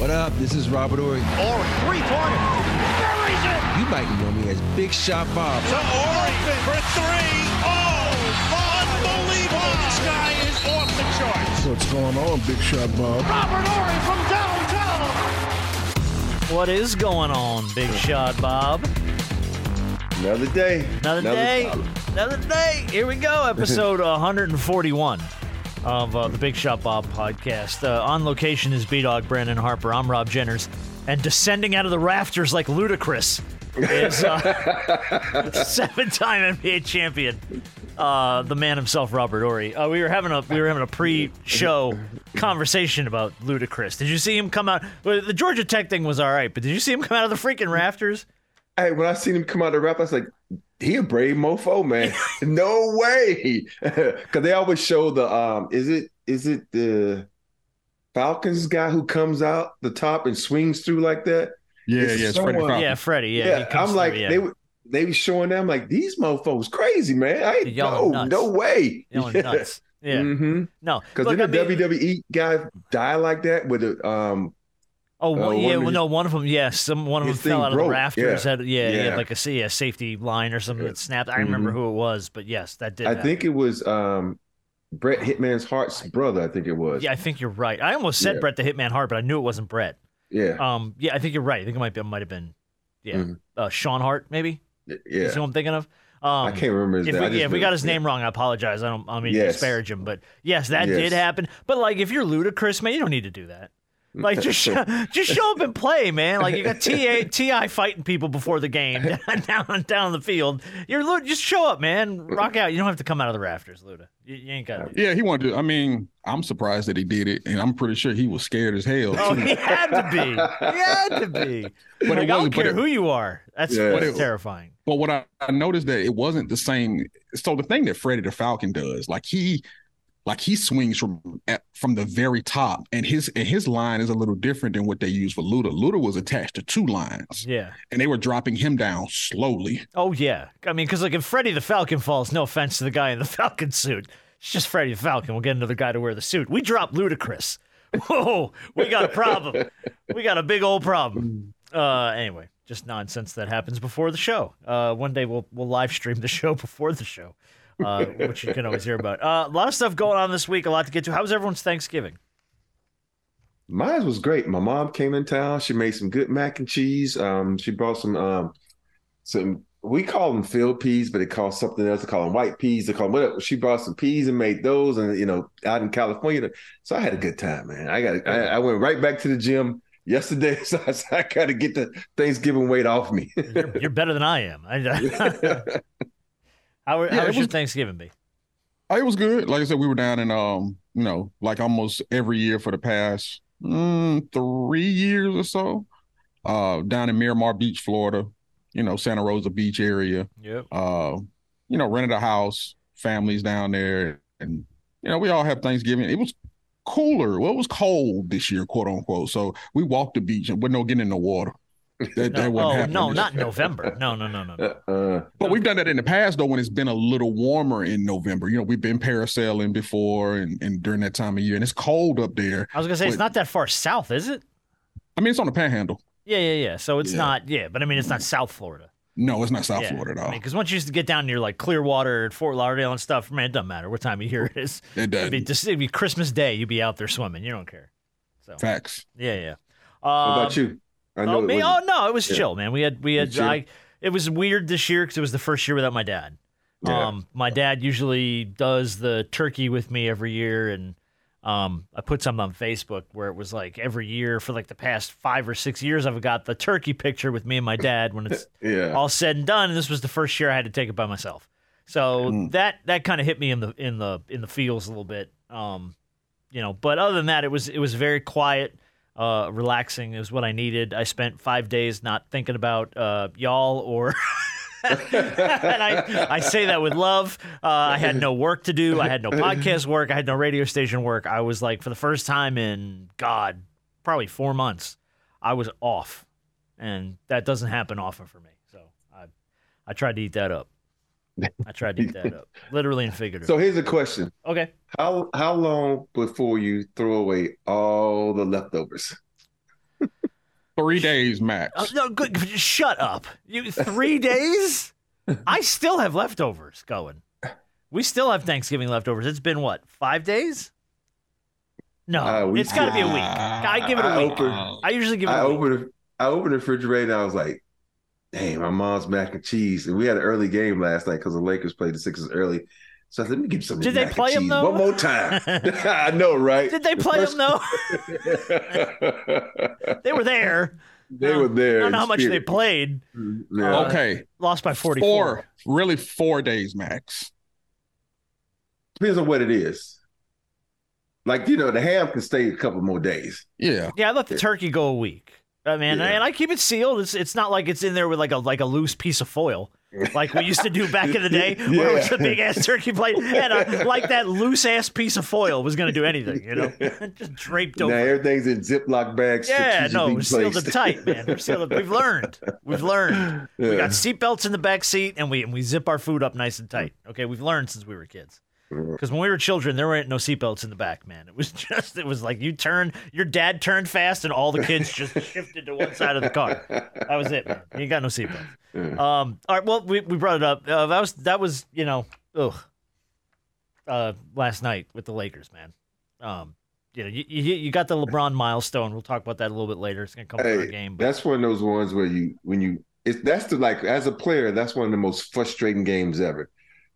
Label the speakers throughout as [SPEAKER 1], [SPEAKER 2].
[SPEAKER 1] What up? This is Robert Ory.
[SPEAKER 2] Ori, three-pointer, buries it
[SPEAKER 1] You might know me as Big Shot Bob.
[SPEAKER 2] to Ori for three. Oh, unbelievable! This guy is off the charts.
[SPEAKER 3] What's going on, Big Shot Bob?
[SPEAKER 2] Robert Ori from downtown.
[SPEAKER 4] What is going on, Big Shot Bob?
[SPEAKER 5] Another day.
[SPEAKER 4] Another, day. Another day. Here we go. Episode 141 of uh, the Big Shot Bob podcast. Uh, on location is B Dog Brandon Harper. I'm Rob Jenners. And descending out of the rafters like ludicrous is uh, seven time NBA champion. Uh, the man himself, Robert Ory. Uh, we were having a we were having a pre-show conversation about Ludacris. Did you see him come out? well, The Georgia Tech thing was all right, but did you see him come out of the freaking rafters?
[SPEAKER 5] Hey, when I seen him come out of the rap, I was like, he a brave mofo, man. no way. Cause they always show the um is it is it the Falcons guy who comes out the top and swings through like that?
[SPEAKER 3] Yeah,
[SPEAKER 5] It's
[SPEAKER 3] yeah, it's
[SPEAKER 5] someone-
[SPEAKER 3] Freddie Fox.
[SPEAKER 4] Yeah, Freddie. Yeah, he comes
[SPEAKER 5] I'm like
[SPEAKER 4] through, yeah.
[SPEAKER 5] they were they were showing them like these mofos crazy, man. I ain't,
[SPEAKER 4] Y'all are
[SPEAKER 5] no,
[SPEAKER 4] nuts.
[SPEAKER 5] no way.
[SPEAKER 4] Y'all are nuts. Yeah.
[SPEAKER 5] Mm-hmm.
[SPEAKER 4] No.
[SPEAKER 5] Cause
[SPEAKER 4] Look,
[SPEAKER 5] then
[SPEAKER 4] I
[SPEAKER 5] the
[SPEAKER 4] mean-
[SPEAKER 5] WWE guy die like that with a um
[SPEAKER 4] Oh, one-
[SPEAKER 5] uh, one
[SPEAKER 4] yeah.
[SPEAKER 5] of
[SPEAKER 4] Well,
[SPEAKER 5] his-
[SPEAKER 4] no, one of them. Yeah, some one of them
[SPEAKER 5] his
[SPEAKER 4] fell
[SPEAKER 5] thing
[SPEAKER 4] out of the
[SPEAKER 5] broke,
[SPEAKER 4] rafters.
[SPEAKER 5] yeah.
[SPEAKER 4] Had, yeah, yeah,
[SPEAKER 5] Yeah. Mm-hmm.
[SPEAKER 4] like a see a safety line or something that snapped. I remember who it was, but yes, that did.
[SPEAKER 5] I
[SPEAKER 4] happen.
[SPEAKER 5] think it was um Brett Hitman's Heart's brother, I think it was.
[SPEAKER 4] Yeah, I think you're right. I almost said
[SPEAKER 5] Yeah.
[SPEAKER 4] Brett the Hitman Hart, but I knew it wasn't Brett.
[SPEAKER 5] Yeah.
[SPEAKER 4] Um, yeah, I think you're right. I think it might be might have been, yeah,
[SPEAKER 5] Mhm.
[SPEAKER 4] uh, Sean Hart maybe.
[SPEAKER 5] yeah.
[SPEAKER 4] Is who I'm thinking of. Um,
[SPEAKER 5] I can't remember his
[SPEAKER 4] If
[SPEAKER 5] name. I
[SPEAKER 4] we,
[SPEAKER 5] just
[SPEAKER 4] yeah, if we
[SPEAKER 5] know-
[SPEAKER 4] got his name wrong, I apologize. I don't. I mean, to
[SPEAKER 5] Yes.
[SPEAKER 4] disparage him, but yes, that
[SPEAKER 5] Yes.
[SPEAKER 4] did happen. But like, if you're ludicrous, man, you don't need to do that. Like, just show, just show up and play, man. Like, you got Ti Ti fighting people before the game down down the field. You're Luda, just show up, man. Rock out. You don't have to come out of the rafters, Luda. You, you ain't got to.
[SPEAKER 3] Yeah, he wanted to. I mean, I'm surprised that he did it, and I'm pretty sure he was scared as hell.
[SPEAKER 4] Oh,
[SPEAKER 3] too.
[SPEAKER 4] he had to be. He had to be.
[SPEAKER 3] But it
[SPEAKER 4] like, I don't
[SPEAKER 3] wasn't- but
[SPEAKER 4] care
[SPEAKER 3] it-
[SPEAKER 4] who you are. That's,
[SPEAKER 5] Yeah.
[SPEAKER 4] that's
[SPEAKER 3] But it-
[SPEAKER 4] terrifying.
[SPEAKER 3] But what I, I noticed that it wasn't the same. So the thing that Freddie the Falcon does, like he, like he swings from at, from the very top, and his and his line is a little different than what they use for Luda. Luda was attached to two lines,
[SPEAKER 4] Yeah.
[SPEAKER 3] and they were dropping him down slowly.
[SPEAKER 4] Oh yeah, I mean, because like if Freddy the Falcon falls, no offense to the guy in the Falcon suit, it's just Freddy the Falcon. We'll get another guy to wear the suit. We dropped Ludacris. Whoa, we got a problem. we got a big old problem. Uh, anyway, just nonsense that happens before the show. Uh, one day we'll we'll live stream the show before the show, uh, which you can always hear about. Uh, a lot of stuff going on this week. A lot to get to. How was everyone's Thanksgiving?
[SPEAKER 5] Mine was great. My mom came in town. She made some good mac and cheese. Um, she brought some um some we call them field peas, but they call something else. They call them white peas. They call them whatever. She brought some peas and made those, and you know, out in California. So I had a good time, man. I got I, I went right back to the gym yesterday. So I, said, I got to get the Thanksgiving weight off me. Uh-uh.
[SPEAKER 4] You're, you're better than I am. I, how how
[SPEAKER 3] Yeah, it
[SPEAKER 4] was your
[SPEAKER 3] was-
[SPEAKER 4] Thanksgiving be?
[SPEAKER 3] Oh, It was good. Like I said, we were down in um, you know, like almost every year for the past mm, three years or so. Uh, down in Miramar Beach, Florida. You know, Santa Rosa Beach area.
[SPEAKER 4] Yep.
[SPEAKER 3] Uh, you know, rented a house, families down there, and you know, we all have Thanksgiving. It was cooler. Well, it was cold this year, quote unquote. So we walked the beach and we're no getting in the water. That,
[SPEAKER 4] No,
[SPEAKER 3] that wasn't
[SPEAKER 4] oh
[SPEAKER 3] happening
[SPEAKER 4] no,
[SPEAKER 3] this
[SPEAKER 4] not November. No, no, no, no. no.
[SPEAKER 5] Uh,
[SPEAKER 3] but we've done that in the past though, when it's been a little warmer in November. You know, we've been parasailing before and, and during that time of year, and it's cold up there.
[SPEAKER 4] I was gonna say it's
[SPEAKER 3] Wait.
[SPEAKER 4] not that far south, is it?
[SPEAKER 3] I mean, it's on the Panhandle.
[SPEAKER 4] Yeah, yeah, yeah. So it's
[SPEAKER 3] Yeah.
[SPEAKER 4] not, yeah, but I mean it's not South Florida.
[SPEAKER 3] No, it's not South
[SPEAKER 4] yeah.
[SPEAKER 3] Florida at
[SPEAKER 4] I
[SPEAKER 3] all.
[SPEAKER 5] Oh.
[SPEAKER 4] mean, because once you used to get down near like Clearwater and Fort Lauderdale and stuff, man, it doesn't matter what time of year it is.
[SPEAKER 3] it
[SPEAKER 4] It'd
[SPEAKER 3] does.
[SPEAKER 4] be, just, it'd be Christmas Day, you'd be out there swimming. You don't care. So
[SPEAKER 3] Facts.
[SPEAKER 4] yeah, yeah.
[SPEAKER 5] what
[SPEAKER 4] Um,
[SPEAKER 5] about you? I
[SPEAKER 4] oh,
[SPEAKER 5] it
[SPEAKER 4] me? Oh
[SPEAKER 5] wasn't-
[SPEAKER 4] no, it was chill, man. We had we had
[SPEAKER 5] Chill.
[SPEAKER 4] I, it was weird this year because it was the first year without my dad.
[SPEAKER 5] Yeah.
[SPEAKER 4] Um, my dad usually does the turkey with me every year, and um, I put something on Facebook where it was like every year for like the past five or six years, I've got the turkey picture with me and my dad when it's
[SPEAKER 5] yeah.
[SPEAKER 4] all said and done. And this was the first year I had to take it by myself, so
[SPEAKER 3] Mm.
[SPEAKER 4] that that kind of hit me in the in the in the feels a little bit. Um, you know, but other than that, it was it was very quiet. Uh, relaxing is what I needed. I spent five days not thinking about uh, y'all or. and I, I say that with love. Uh, I had no work to do. I had no podcast work. I had no radio station work. I was like, for the first time in, God, probably four months, I was off. And that doesn't happen often for me. So I, I tried to eat that up. I tried to eat that up, literally and figuratively.
[SPEAKER 5] So here's a question:
[SPEAKER 4] okay.
[SPEAKER 5] How how long before you throw away all the leftovers?
[SPEAKER 3] Three days max.
[SPEAKER 4] Uh, no, good. Shut up. You three days? I still have leftovers going. We still have Thanksgiving leftovers. It's been what five days?
[SPEAKER 5] Uh,
[SPEAKER 4] No,
[SPEAKER 5] we
[SPEAKER 4] it's got to be a week. I give it a
[SPEAKER 5] I
[SPEAKER 4] week.
[SPEAKER 5] opened-
[SPEAKER 4] I usually give it
[SPEAKER 5] I
[SPEAKER 4] a week.
[SPEAKER 5] opened the- I opened the refrigerator. and I was like, "Dang, my mom's mac and cheese." And we had an early game last night because the Lakers played the Sixers early. So I said, "Let me get some."
[SPEAKER 4] Did they
[SPEAKER 5] mac and
[SPEAKER 4] play 'em,
[SPEAKER 5] cheese
[SPEAKER 4] though?
[SPEAKER 5] One more time. I know, right?
[SPEAKER 4] Did they play them though?
[SPEAKER 5] though?
[SPEAKER 4] they were there.
[SPEAKER 5] they were there.
[SPEAKER 4] I don't know
[SPEAKER 5] in
[SPEAKER 4] how much they
[SPEAKER 5] spirit.
[SPEAKER 4] played.
[SPEAKER 5] Yeah.
[SPEAKER 4] Uh,
[SPEAKER 3] okay,
[SPEAKER 4] Lost by forty-four.
[SPEAKER 3] four, really four days max.
[SPEAKER 5] depends on what it is. Like you know, the ham can stay a couple more days.
[SPEAKER 3] Yeah,
[SPEAKER 4] Yeah, I let the turkey go a week. I mean,
[SPEAKER 5] Yeah.
[SPEAKER 4] and I keep it sealed. It's it's not like it's in there with like a like a loose piece of foil, like we used to do back in the day, where it was
[SPEAKER 5] Yeah.
[SPEAKER 4] a big ass turkey plate, and uh like that loose ass piece of foil was going to do anything, you know, just draped
[SPEAKER 5] now
[SPEAKER 4] over.
[SPEAKER 5] everything's in Ziploc bags.
[SPEAKER 4] Yeah, no,
[SPEAKER 5] strategically
[SPEAKER 4] we're sealed
[SPEAKER 5] placed.
[SPEAKER 4] them tight, man. We're sealed. Them. We've learned. We've learned. We
[SPEAKER 5] Yeah. Mm.
[SPEAKER 4] got seatbelts in the back seat, and we and we zip our food up nice and tight. Okay, we've learned since we were kids. Because when we were children, there weren't no seatbelts in the back, man. It was just, it was like you turn, your dad turned fast, and all the kids just shifted to one side of the car. That was it, man. You ain't got no seatbelts. Um, all right, well, we, we brought it up. Uh, that was that was you know, ugh. Uh, last night with the Lakers, man. Um, you know, you, you you got the LeBron milestone. We'll talk about that a little bit later. It's gonna come up in our
[SPEAKER 5] Hey,
[SPEAKER 4] game, but
[SPEAKER 5] that's one of those ones where you when you it's that's the like as a player that's one of the most frustrating games ever.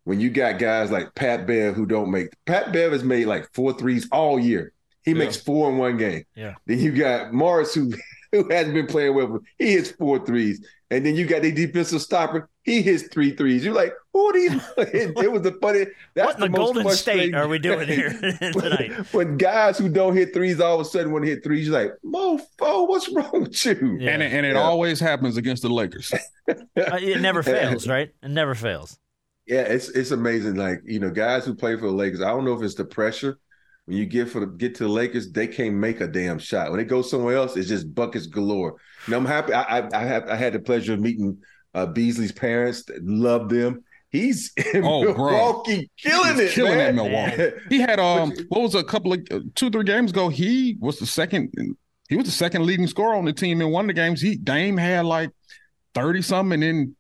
[SPEAKER 5] When you got guys like Pat Bev who don't make Pat Bev has made like four threes all year. He
[SPEAKER 3] Yeah.
[SPEAKER 5] makes four in one game.
[SPEAKER 4] Yeah.
[SPEAKER 5] Then you got Morris who who hasn't been playing well. But he hits four threes, and then you got the defensive stopper. He hits three threes. You're like, who are these? it, it was the funny.
[SPEAKER 4] what
[SPEAKER 5] That's
[SPEAKER 4] in the,
[SPEAKER 5] most
[SPEAKER 4] Golden State
[SPEAKER 5] frustrating-
[SPEAKER 4] are we doing here tonight?
[SPEAKER 5] when, when guys who don't hit threes all of a sudden want to hit threes, you're like, Mofo, what's wrong with you?
[SPEAKER 4] Yeah.
[SPEAKER 3] and it, and it
[SPEAKER 5] Yeah.
[SPEAKER 3] always happens against the Lakers.
[SPEAKER 4] Uh, it never fails, right? It never fails.
[SPEAKER 5] Yeah, it's it's amazing. Like you know, guys who play for the Lakers, I don't know if it's the pressure. When you get for the, get to the Lakers, they can't make a damn shot. When it goes somewhere else, it's just buckets galore. And I'm happy. I I, I, have, I had the pleasure of meeting uh, Beasley's parents. Love them. He's in
[SPEAKER 3] Oh, bro.
[SPEAKER 5] Milwaukee, killing
[SPEAKER 3] He's
[SPEAKER 5] it,
[SPEAKER 3] killing
[SPEAKER 5] man.
[SPEAKER 3] it, Milwaukee. He had um, what was a couple of uh, two three games ago? He was the second. He was the second leading scorer on the team in one of the games. He Dame had like thirty something, and then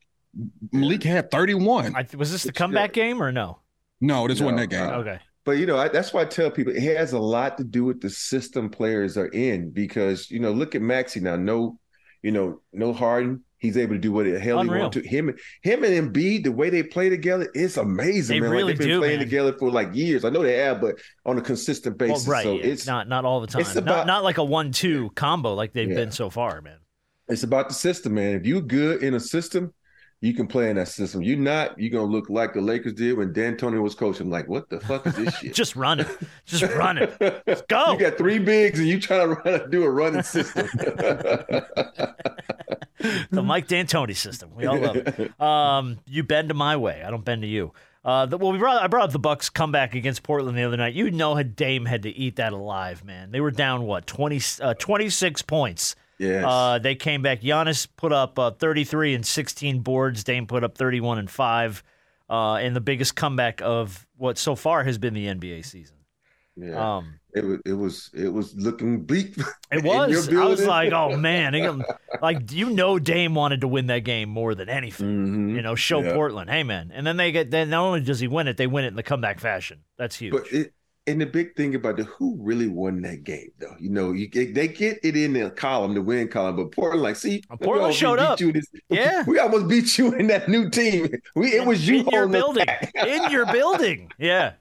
[SPEAKER 3] Malik had thirty one.
[SPEAKER 4] I, was this the comeback game or no?
[SPEAKER 3] No, this wasn't that
[SPEAKER 5] No,
[SPEAKER 3] game.
[SPEAKER 5] uh,
[SPEAKER 4] Okay.
[SPEAKER 5] But you know, I, that's why I tell people it has a lot to do with the system players are in because you know, look at Maxi now. No, you know, no Harden. He's able to do what the hell
[SPEAKER 4] Unreal.
[SPEAKER 5] he wants to. Him, him and Embiid, the way they play together, it's amazing.
[SPEAKER 4] They
[SPEAKER 5] man.
[SPEAKER 4] really
[SPEAKER 5] like, they've been
[SPEAKER 4] do,
[SPEAKER 5] playing
[SPEAKER 4] man.
[SPEAKER 5] together for like years. I know they have, but on a consistent
[SPEAKER 4] Well,
[SPEAKER 5] basis.
[SPEAKER 4] right.
[SPEAKER 5] So
[SPEAKER 4] yeah,
[SPEAKER 5] it's
[SPEAKER 4] not not all the time.
[SPEAKER 5] it's
[SPEAKER 4] not,
[SPEAKER 5] about-
[SPEAKER 4] not like a one-two combo like they've
[SPEAKER 5] Yeah.
[SPEAKER 4] been so far, man.
[SPEAKER 5] it's about the system, man. If you're good in a system, you can play in that system. You're not, you're gonna look like the Lakers did when Dan Tony was coaching. Like, what the fuck is this shit?
[SPEAKER 4] Just run it. Just run it. Let's
[SPEAKER 5] You
[SPEAKER 4] go.
[SPEAKER 5] got three bigs and you trying to run, do a running system.
[SPEAKER 4] The Mike D'Antoni system. We all love it. Um, you bend to my way. I don't bend to you. Uh, the, well, we brought, I brought up the Bucks comeback against Portland the other night. You know, had Dame had to eat that alive, man. They were down what 20, uh, 26 points.
[SPEAKER 5] yes.
[SPEAKER 4] Uh, they came back. Giannis put up uh, 33 and 16 boards. Dame put up 31 and five, uh, and the biggest comeback of what so far has been the NBA season.
[SPEAKER 5] yeah.
[SPEAKER 4] Um,
[SPEAKER 5] it was it was it was looking bleak.
[SPEAKER 4] it
[SPEAKER 5] in your
[SPEAKER 4] was. I was
[SPEAKER 5] building.
[SPEAKER 4] like, oh man, They- like you know, Dame wanted to win that game more than anything.
[SPEAKER 5] Mhm.
[SPEAKER 4] You know, show
[SPEAKER 5] Yeah.
[SPEAKER 4] Portland, hey man, and then they get. Then not only does he win it, they win it in the comeback fashion. That's huge.
[SPEAKER 5] But it, and the big thing about the who really won that game, though, you know, you, they get it in the column, the win column, but Portland, like, see,
[SPEAKER 4] Portland
[SPEAKER 5] we almost
[SPEAKER 4] showed
[SPEAKER 5] beat
[SPEAKER 4] up.
[SPEAKER 5] you in this-
[SPEAKER 4] Yeah.
[SPEAKER 5] we almost beat you in that new team. We it was you
[SPEAKER 4] in your
[SPEAKER 5] holding us
[SPEAKER 4] building.
[SPEAKER 5] back.
[SPEAKER 4] in your building. Yeah,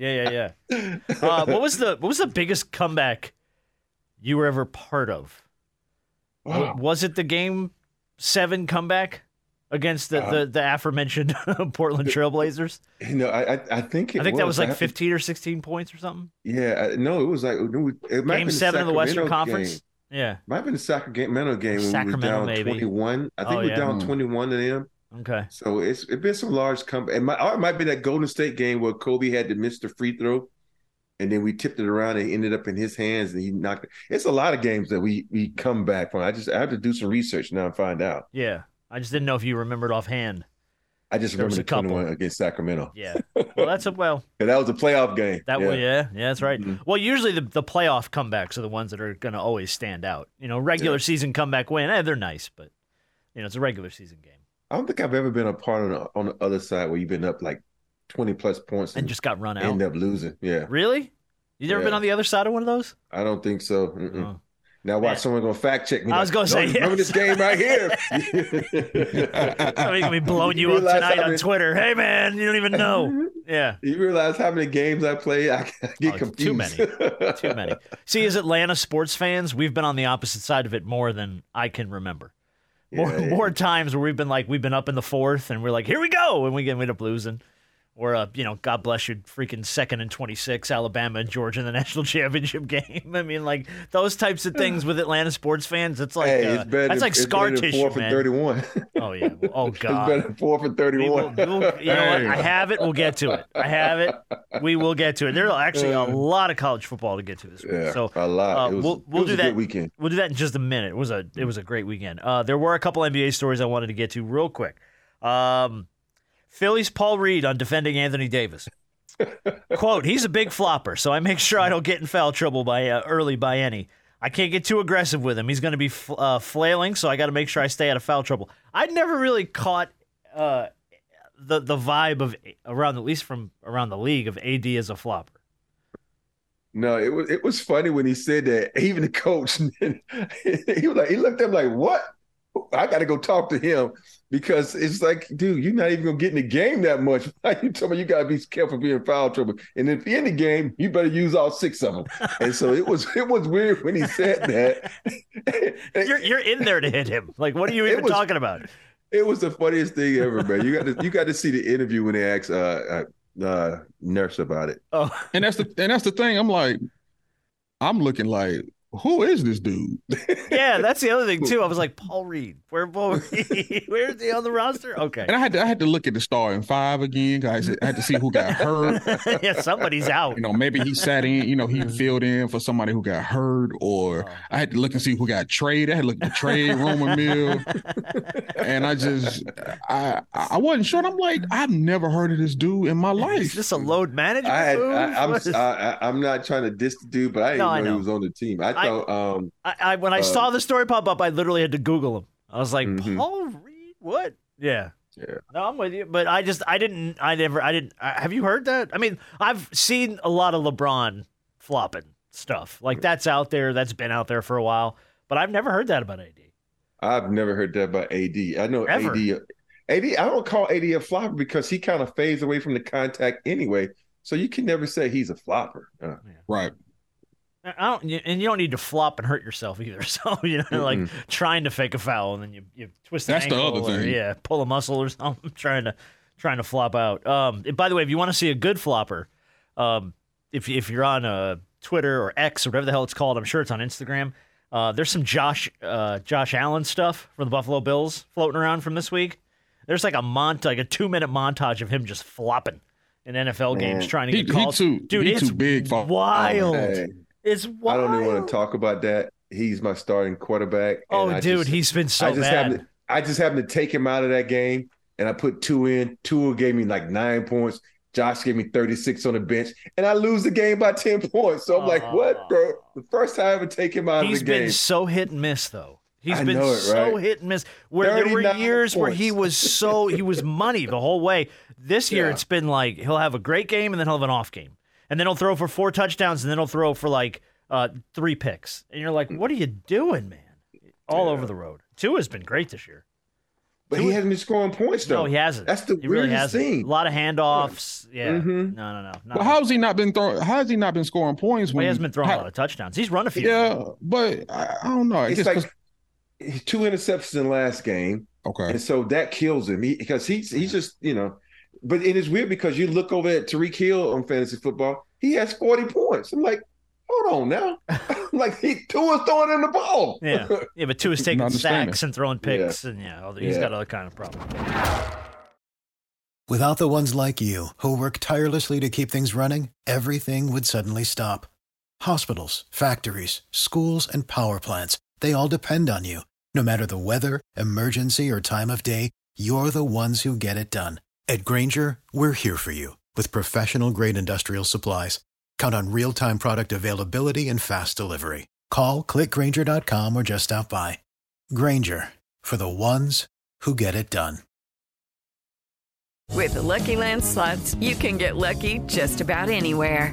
[SPEAKER 4] yeah, yeah, yeah. Uh, what was the what was the biggest comeback you were ever part of? W-
[SPEAKER 5] Wow.
[SPEAKER 4] Was it the game seven comeback against the, the,
[SPEAKER 5] Uh,
[SPEAKER 4] the aforementioned Portland Trailblazers?
[SPEAKER 5] You know, I I, I think it
[SPEAKER 4] I think that was like
[SPEAKER 5] I-
[SPEAKER 4] 15 or 16 points or something.
[SPEAKER 5] Yeah, I- no, it was like it might have been
[SPEAKER 4] game seven of the Western
[SPEAKER 5] Sacramento
[SPEAKER 4] Conference.
[SPEAKER 5] game.
[SPEAKER 4] Yeah.
[SPEAKER 5] Might have been the Sacramento game when
[SPEAKER 4] Sacramento,
[SPEAKER 5] we were down
[SPEAKER 4] maybe.
[SPEAKER 5] 21. I think
[SPEAKER 4] Oh,
[SPEAKER 5] we're
[SPEAKER 4] yeah.
[SPEAKER 5] down
[SPEAKER 3] Hmm.
[SPEAKER 5] 21 to them.
[SPEAKER 4] Okay.
[SPEAKER 5] So it's it been some large come and my, or it might be that Golden State game where Kobe had to miss the free throw, and then we tipped it around and it ended up in his hands and he knocked it. It's a lot of games that we we come back from. I just I have to do some research now and find out.
[SPEAKER 4] Yeah. I just didn't know if you remembered offhand.
[SPEAKER 5] I just
[SPEAKER 4] There was
[SPEAKER 5] remember
[SPEAKER 4] a
[SPEAKER 5] the
[SPEAKER 4] couple.
[SPEAKER 5] twenty one against Sacramento.
[SPEAKER 4] Yeah. Well, that's a well.
[SPEAKER 5] 'Cause that was a playoff game.
[SPEAKER 4] That
[SPEAKER 5] yeah.
[SPEAKER 4] way, yeah, yeah, that's right.
[SPEAKER 5] Mhm.
[SPEAKER 4] Well, usually the, the playoff comebacks are the ones that are going to always stand out. You know, regular season comeback win, eh, they're nice, but you know, it's a regular season game
[SPEAKER 5] I don't think I've ever been a part on the, on the other side where you've been up like twenty plus points and,
[SPEAKER 4] and just got run out.
[SPEAKER 5] end up losing. Yeah,
[SPEAKER 4] Really? You never been
[SPEAKER 5] Yeah. Mm.
[SPEAKER 4] on the other side of one of those?
[SPEAKER 5] I don't think so. Mm-mm.
[SPEAKER 4] Oh.
[SPEAKER 5] Now
[SPEAKER 4] Man.
[SPEAKER 5] watch someone gonna fact check me.
[SPEAKER 4] I was gonna say,
[SPEAKER 5] "Don't you remember
[SPEAKER 4] yes."
[SPEAKER 5] this game right here.
[SPEAKER 4] I mean, gonna be blowing you
[SPEAKER 5] You
[SPEAKER 4] up
[SPEAKER 5] realize
[SPEAKER 4] tonight
[SPEAKER 5] how
[SPEAKER 4] on
[SPEAKER 5] many-
[SPEAKER 4] Twitter. Hey, man, you don't even know. Yeah,
[SPEAKER 5] You realize how many games I play? I get
[SPEAKER 4] Oh,
[SPEAKER 5] confused.
[SPEAKER 4] too many. too many. See, as Atlanta sports fans, we've been on the opposite side of it more than I can remember. More,
[SPEAKER 5] Yeah, yeah.
[SPEAKER 4] more times where we've been like, we've been up in the fourth, and we're like, here we go, and we end up losing. Or, uh, you know, God bless you, freaking second and 26, Alabama and Georgia in the national championship game. I mean, like, those types of things with Atlanta sports fans, it's like,
[SPEAKER 5] hey,
[SPEAKER 4] uh,
[SPEAKER 5] it's better.
[SPEAKER 4] that's
[SPEAKER 5] than-
[SPEAKER 4] like
[SPEAKER 5] it's
[SPEAKER 4] scar
[SPEAKER 5] better than
[SPEAKER 4] tissue,
[SPEAKER 5] Four for
[SPEAKER 4] man.
[SPEAKER 5] thirty-one.
[SPEAKER 4] Oh, yeah. Oh,
[SPEAKER 5] it's
[SPEAKER 4] God.
[SPEAKER 5] better than four for
[SPEAKER 4] We will,
[SPEAKER 5] thirty-one.
[SPEAKER 4] we will- you know what? I have it. We'll get to it. I have it. We will get to it. There are actually a lot of college football to get to this week.
[SPEAKER 5] yeah,
[SPEAKER 4] so
[SPEAKER 5] a lot.
[SPEAKER 4] uh,
[SPEAKER 5] it was,
[SPEAKER 4] we'll- we'll
[SPEAKER 5] it was
[SPEAKER 4] do
[SPEAKER 5] a
[SPEAKER 4] that.
[SPEAKER 5] Good weekend.
[SPEAKER 4] We'll do that in just a minute. It was a it was a great weekend. Uh, there were a couple NBA stories I wanted to get to real quick. Um, Phillies Paul Reed on defending Anthony Davis. "Quote: He's a big flopper, so I make sure I don't get in foul trouble by uh, early by any. I can't get too aggressive with him. He's going to be fl- uh, flailing, so I got to make sure I stay out of foul trouble. I never really caught uh, the the vibe of around at least from around the league of AD as a flopper.
[SPEAKER 5] No, it was it was funny when he said that. Even the coach, he was like, he looked at him like, "What? I got to go talk to him because it's like, dude, you're not even gonna get in the game that much. Why you tell me you gotta be careful being foul trouble? And if you're in the game, you better use all six of them." and so it was it was weird when he said that.
[SPEAKER 4] You're you're in there to hit him. Like, what are you
[SPEAKER 5] It
[SPEAKER 4] even
[SPEAKER 5] was-
[SPEAKER 4] talking about?
[SPEAKER 5] It was the funniest thing ever, man. You got to you got to see the interview when they asked uh, uh, uh, Nurse about it.
[SPEAKER 4] Oh.
[SPEAKER 3] And that's the and that's the thing. I'm like, I'm looking like, who is this dude?
[SPEAKER 4] Yeah, that's the other thing too. I was like, Paul Reed, where Paul Reed? Where's he on the roster? Okay.
[SPEAKER 3] And I had to I had to look at the star in five again. 'cause I said- I had to see who got hurt.
[SPEAKER 4] yeah, somebody's out.
[SPEAKER 3] You know, maybe he sat in. You know, he
[SPEAKER 4] Mm-hmm.
[SPEAKER 3] filled in for somebody who got hurt,
[SPEAKER 4] Oh,
[SPEAKER 3] or I had to look and see who got traded. I had to look at the trade rumor mill, and I just I I wasn't sure. And I'm like, I've never heard of this dude in my
[SPEAKER 4] Is
[SPEAKER 3] life.
[SPEAKER 4] this a load management
[SPEAKER 5] I had,
[SPEAKER 4] move?
[SPEAKER 5] I, I'm uh,
[SPEAKER 4] What is-
[SPEAKER 5] I, I- I'm not trying to diss the dude, but I didn't
[SPEAKER 4] No, I
[SPEAKER 5] know,
[SPEAKER 4] know.
[SPEAKER 5] he was on the team. I
[SPEAKER 4] I-
[SPEAKER 5] thought um,
[SPEAKER 4] I- I- when I saw the story pop up, I literally had to Google him. I was like,
[SPEAKER 5] Mhm.
[SPEAKER 4] Paul Reed, what? Yeah.
[SPEAKER 5] Yeah.
[SPEAKER 4] No, I'm with you, but I just I didn't I never I didn't I, have you heard that? I mean, I've seen a lot of LeBron flopping stuff. Like that's out there, that's been out there for a while, but I've never heard that about AD.
[SPEAKER 5] I've never heard that about AD. I know
[SPEAKER 4] Ever.
[SPEAKER 5] AD. AD. I don't call AD a flopper because he kind of fades away from the contact anyway. So you can never say he's a flopper. Uh,
[SPEAKER 3] Right.
[SPEAKER 4] I don't, you- and you don't need to flop and hurt yourself either. So you know, like trying to fake a foul and then you you twist. an
[SPEAKER 3] That's the
[SPEAKER 4] ankle
[SPEAKER 3] other
[SPEAKER 4] or,
[SPEAKER 3] thing.
[SPEAKER 4] Yeah, pull a muscle or something. Trying to trying to flop out. Um, and by the way, if you want to see a good flopper, um, if if you're on uh, Twitter or X or whatever the hell it's called, I'm sure it's on Instagram. Uh, there's some Josh uh, Josh Allen stuff from the Buffalo Bills floating around from this week. There's like a mont like a two minute montage of him just flopping in NFL games trying to
[SPEAKER 3] He,
[SPEAKER 4] get
[SPEAKER 3] he
[SPEAKER 4] calls.
[SPEAKER 3] too.
[SPEAKER 4] Dude,
[SPEAKER 3] he
[SPEAKER 4] it's
[SPEAKER 3] too big for
[SPEAKER 4] wild.
[SPEAKER 5] hey,
[SPEAKER 4] It's
[SPEAKER 5] I
[SPEAKER 4] wild.
[SPEAKER 5] don't even want to talk about that. He's my starting quarterback. and
[SPEAKER 4] Oh,
[SPEAKER 5] I
[SPEAKER 4] dude,
[SPEAKER 5] just-
[SPEAKER 4] he's been so
[SPEAKER 5] I just
[SPEAKER 4] bad.
[SPEAKER 5] happened. To, I just happened to take him out of that game, and I put two in. Tua gave me like nine points. Josh gave me thirty six on the bench, and I lose the game by ten points. So I'm like,
[SPEAKER 4] Aw.
[SPEAKER 5] what, bro? The first time I ever take him out
[SPEAKER 4] He's
[SPEAKER 5] of the
[SPEAKER 4] been
[SPEAKER 5] game.
[SPEAKER 4] so hit and miss though. He's
[SPEAKER 5] I
[SPEAKER 4] been
[SPEAKER 5] know it,
[SPEAKER 4] so
[SPEAKER 5] right?
[SPEAKER 4] hit and miss. Where there were
[SPEAKER 5] 39
[SPEAKER 4] years where he
[SPEAKER 5] points.
[SPEAKER 4] was so he was money the whole way. This year
[SPEAKER 5] Yeah.
[SPEAKER 4] it's been like he'll have a great game and then he'll have an off game. And then he'll throw for four touchdowns and then he'll throw for like uh, three picks. And you're like, what are you doing, man? All over the road. Tua's been great this year.
[SPEAKER 5] But he hasn't been scoring points though.
[SPEAKER 4] no, he hasn't.
[SPEAKER 5] That's the
[SPEAKER 4] he really
[SPEAKER 5] weirdest
[SPEAKER 4] hasn't.
[SPEAKER 5] thing.
[SPEAKER 4] A lot of handoffs. Yeah.
[SPEAKER 5] Mhm.
[SPEAKER 4] No, no, no. Not
[SPEAKER 3] But how has he not been throwing? How has he not been scoring points?
[SPEAKER 4] well,
[SPEAKER 3] when
[SPEAKER 4] he hasn't been throwing
[SPEAKER 3] how-
[SPEAKER 4] a lot of touchdowns. He's run a few.
[SPEAKER 3] Yeah, but I, I don't know. It's
[SPEAKER 5] It's like
[SPEAKER 3] just 'cause-
[SPEAKER 5] two interceptions in the last game,
[SPEAKER 3] okay,
[SPEAKER 5] and so that kills him he, because he's he's just you know. But it is weird because you look over at Tariq Hill on fantasy football, he has forty points. I'm like, hold hold on now. like he two was throwing in the ball.
[SPEAKER 4] Yeah, yeah, but two is taking
[SPEAKER 3] Understand
[SPEAKER 4] sacks and throwing picks, and yeah, other, he's
[SPEAKER 5] Yeah.
[SPEAKER 4] got other kind of problems.
[SPEAKER 6] Without the ones like you, who work tirelessly to keep things running, everything would suddenly stop. Hospitals, factories, schools, and power plants, they all depend on you. No matter the weather, emergency, or time of day, you're the ones who get it done. At Granger, we're here for you with professional grade industrial supplies. Count on real time product availability and fast delivery. Call clickgranger.com or just stop by. Granger for the ones who get it done.
[SPEAKER 7] With the Lucky Land slots, you can get lucky just about anywhere.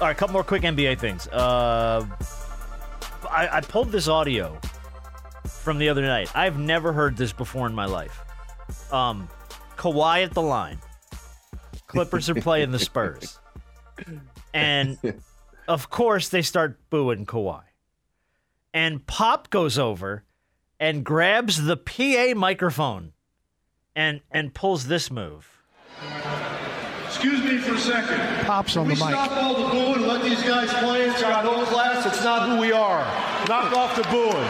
[SPEAKER 4] All right, a couple more quick NBA things. Uh, I, I pulled this audio from the other night. I've never heard this before in my life. Um, Kawhi at the line. Clippers are playing the Spurs, and of course they start booing Kawhi. And Pop goes over and grabs the PA microphone and and pulls this move.
[SPEAKER 8] Excuse me for a second.
[SPEAKER 9] Pops on
[SPEAKER 8] we
[SPEAKER 9] the mic.
[SPEAKER 8] stop all the booing, let these guys play. It's our whole class. It's not who we are. Knock off the booing.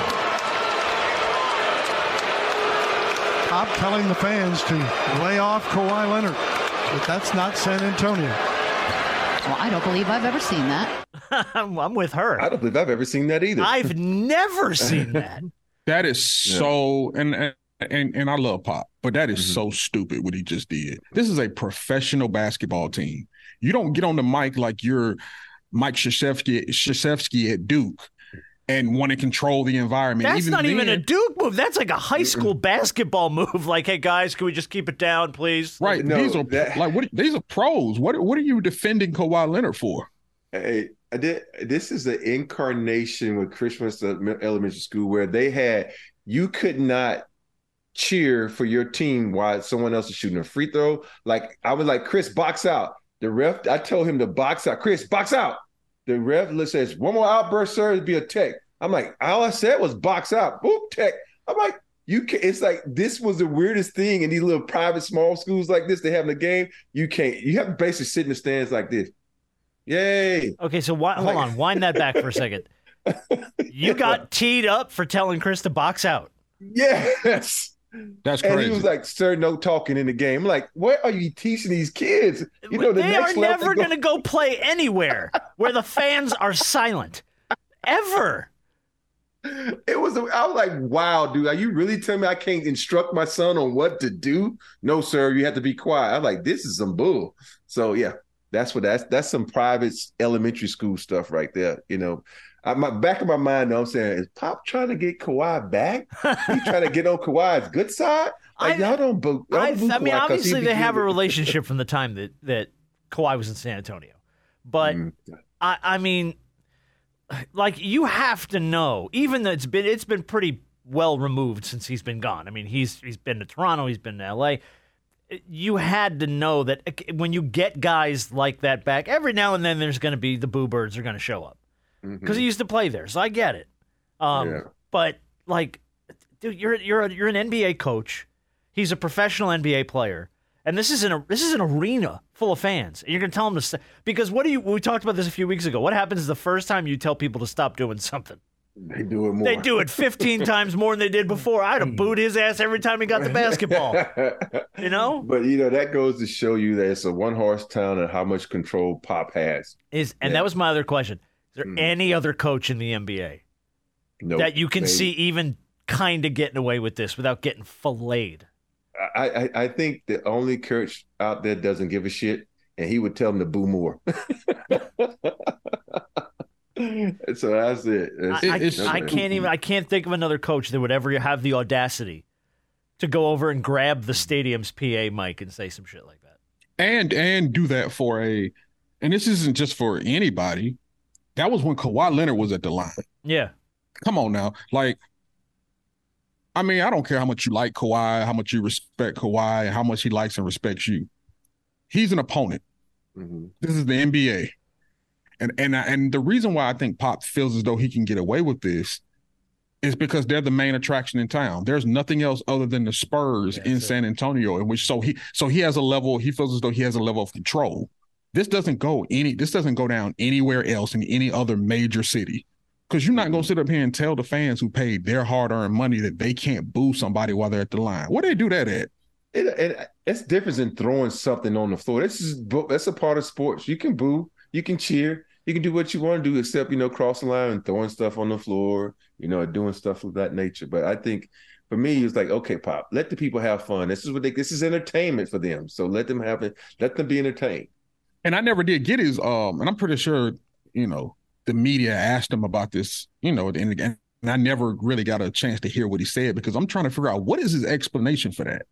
[SPEAKER 9] Pop telling the fans to lay off Kawhi Leonard. But that's not San Antonio.
[SPEAKER 10] Well, I don't believe I've ever seen that.
[SPEAKER 4] I'm, I'm with her.
[SPEAKER 5] I don't believe I've ever seen that either.
[SPEAKER 4] I've never seen that.
[SPEAKER 3] That is so and and- and and I love Pop, but that
[SPEAKER 5] Mm-hmm.
[SPEAKER 3] is so stupid what he just did. This is a professional basketball team. You don't get on the mic like you're Mike Krzyzewski, Krzyzewski at Duke and want to control the environment.
[SPEAKER 4] That's not even a
[SPEAKER 3] then-
[SPEAKER 4] Duke move. That's like a high school basketball move. Like, hey guys, can we just keep it down, please?
[SPEAKER 3] right.
[SPEAKER 5] No,
[SPEAKER 3] these are
[SPEAKER 5] that-
[SPEAKER 3] like what these are pros. What what are you defending Kawhi Leonard for?
[SPEAKER 5] Hey, I did- this is the incarnation with Christmas Elementary School where they had you could not cheer for your team while someone else is shooting a free throw. Like I was like, Chris, box out. The ref, I told him to box out. Chris, box out. The ref li- says, one more outburst, sir, it'd be a tech. I'm like, all I said was box out. Boop, tech. I'm like, you can it's like this was the weirdest thing in these little private small schools like this. They having a game. You can't, you have to basically sit in the stands like this. Yay.
[SPEAKER 4] Okay, so why, hold
[SPEAKER 5] Like-
[SPEAKER 4] on, wind that back for a second. You got teed up for telling Chris to box out.
[SPEAKER 5] Yes.
[SPEAKER 3] That's
[SPEAKER 5] And
[SPEAKER 3] crazy.
[SPEAKER 5] he was like, sir, no talking in the game. Like, what are you teaching these kids? You know, the
[SPEAKER 4] they
[SPEAKER 5] next
[SPEAKER 4] are
[SPEAKER 5] level
[SPEAKER 4] never
[SPEAKER 5] go-
[SPEAKER 4] going to go play anywhere where the fans are silent, ever.
[SPEAKER 5] It was, I was like, wow, dude, are you really telling me I can't instruct my son on what to do? No, sir, you have to be quiet. I'm like, this is some bull. So yeah, that's what that's that's some private elementary school stuff right there. You know, I, my back of my mind, though, I'm saying, is Pop trying to get Kawhi back? He trying to get on Kawhi's good side? Like,
[SPEAKER 4] I've-
[SPEAKER 5] y'all don't. Bo- y'all
[SPEAKER 4] I,
[SPEAKER 5] don't boo
[SPEAKER 4] I mean,
[SPEAKER 5] Kawhi 'cause he
[SPEAKER 4] obviously
[SPEAKER 5] be
[SPEAKER 4] they have a
[SPEAKER 5] good.
[SPEAKER 4] relationship from the time that that Kawhi was in San Antonio, but
[SPEAKER 5] Mm.
[SPEAKER 4] I, I mean, like you have to know, even though it's been it's been pretty well removed since he's been gone. I mean, he's he's been to Toronto, he's been to L.A. You had to know that uh, when you get guys like that back, every now and then there's going to be the boo birds are going to show up because he used to play there, so I get it. Um,
[SPEAKER 5] Mm-hmm. Yeah.
[SPEAKER 4] But like, dude, you're you're a, you're an NBA coach. He's a professional NBA player, and this is an this is an arena full of fans. And you're gonna tell him to st- because what do you? We talked about this a few weeks ago. What happens the first time you tell people to stop doing something?
[SPEAKER 5] They do it more.
[SPEAKER 4] They do it 15 times more than they did before. I'd have booed his ass every time he got the basketball. You know,
[SPEAKER 5] But you know that goes to show you that it's a one horse town and how much control Pop has.
[SPEAKER 4] is and
[SPEAKER 5] Yeah.
[SPEAKER 4] that was my other question. Is there
[SPEAKER 5] Mhm.
[SPEAKER 4] any other coach in the NBA
[SPEAKER 5] No,
[SPEAKER 4] that you can
[SPEAKER 5] they-
[SPEAKER 4] see even kind of getting away with this without getting filleted?
[SPEAKER 5] I, I I think the only coach out there doesn't give a shit, and he would tell him to boo more. so that's it. It's-
[SPEAKER 4] I,
[SPEAKER 3] it's-
[SPEAKER 4] I, I can't even. I can't think of another coach that would ever have the audacity to go over and grab the stadium's PA mic and say some shit like that.
[SPEAKER 3] and and do that for a and this isn't just for anybody That was when Kawhi Leonard was at the line.
[SPEAKER 4] Yeah.
[SPEAKER 3] Come on now. Like, I mean, I don't care how much you like Kawhi, how much you respect Kawhi, how much he likes and respects you. He's an opponent. Mm-hmm. This is the NBA. And and I, and the reason why I think Pop feels as though he can get away with this is because they're the main attraction in town. There's nothing else other than the Spurs yeah, in San Antonio, in which so he so he has a level. He feels as though he has a level of control. This doesn't go any. This doesn't go down anywhere else in any other major city. Because you're not gonna sit up here and tell the fans who paid their hard-earned money that they can't boo somebody while they're at the line. What do they do that at?
[SPEAKER 5] It, it, it's different than throwing something on the floor. This is that's a part of sports. You can boo, you can cheer, you can do what you want to do, except you know, crossing line and throwing stuff on the floor, you know, doing stuff of that nature. But I think for me, it's like, okay, pop, let the people have fun. This is what they this is entertainment for them. So let them have it, let them be entertained.
[SPEAKER 3] And I never did get his um, and I'm pretty sure, you know, the media asked him about this, you know, and, and I never really got a chance to hear what he said because I'm trying to figure out what is his explanation for that.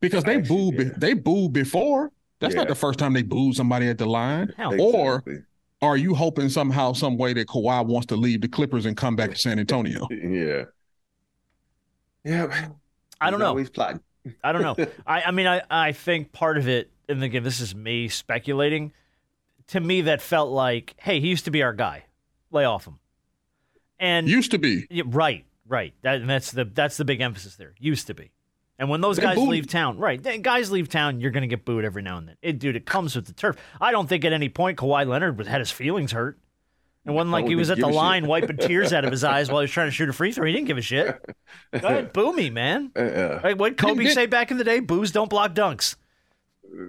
[SPEAKER 3] Because they booed yeah. they booed before. That's yeah. not the first time they booed somebody at the line. Hell. Or exactly are you hoping somehow, some way that Kawhi wants to leave the Clippers and come back to San Antonio?
[SPEAKER 5] yeah. Yeah. Man.
[SPEAKER 4] I don't know.
[SPEAKER 5] He's plotting.
[SPEAKER 4] I don't know. I, I mean, I, I think part of it, and again, this is me speculating. To me, that felt like, hey, he used to be our guy. Lay off him. And
[SPEAKER 3] used to be
[SPEAKER 4] yeah, right, right. That, that's the that's the big emphasis there. Used to be. And when those they guys booed. leave town, right? They, guys leave town, you're going to get booed every now and then. It, dude, it comes with the turf. I don't think at any point Kawhi Leonard was, had his feelings hurt. It wasn't like he was at the line wiping tears out of his eyes while he was trying to shoot a free throw. He didn't give a shit. Go ahead, boo me, man. Uh-uh. Like, what Kobe say back in the day? Boos don't block dunks.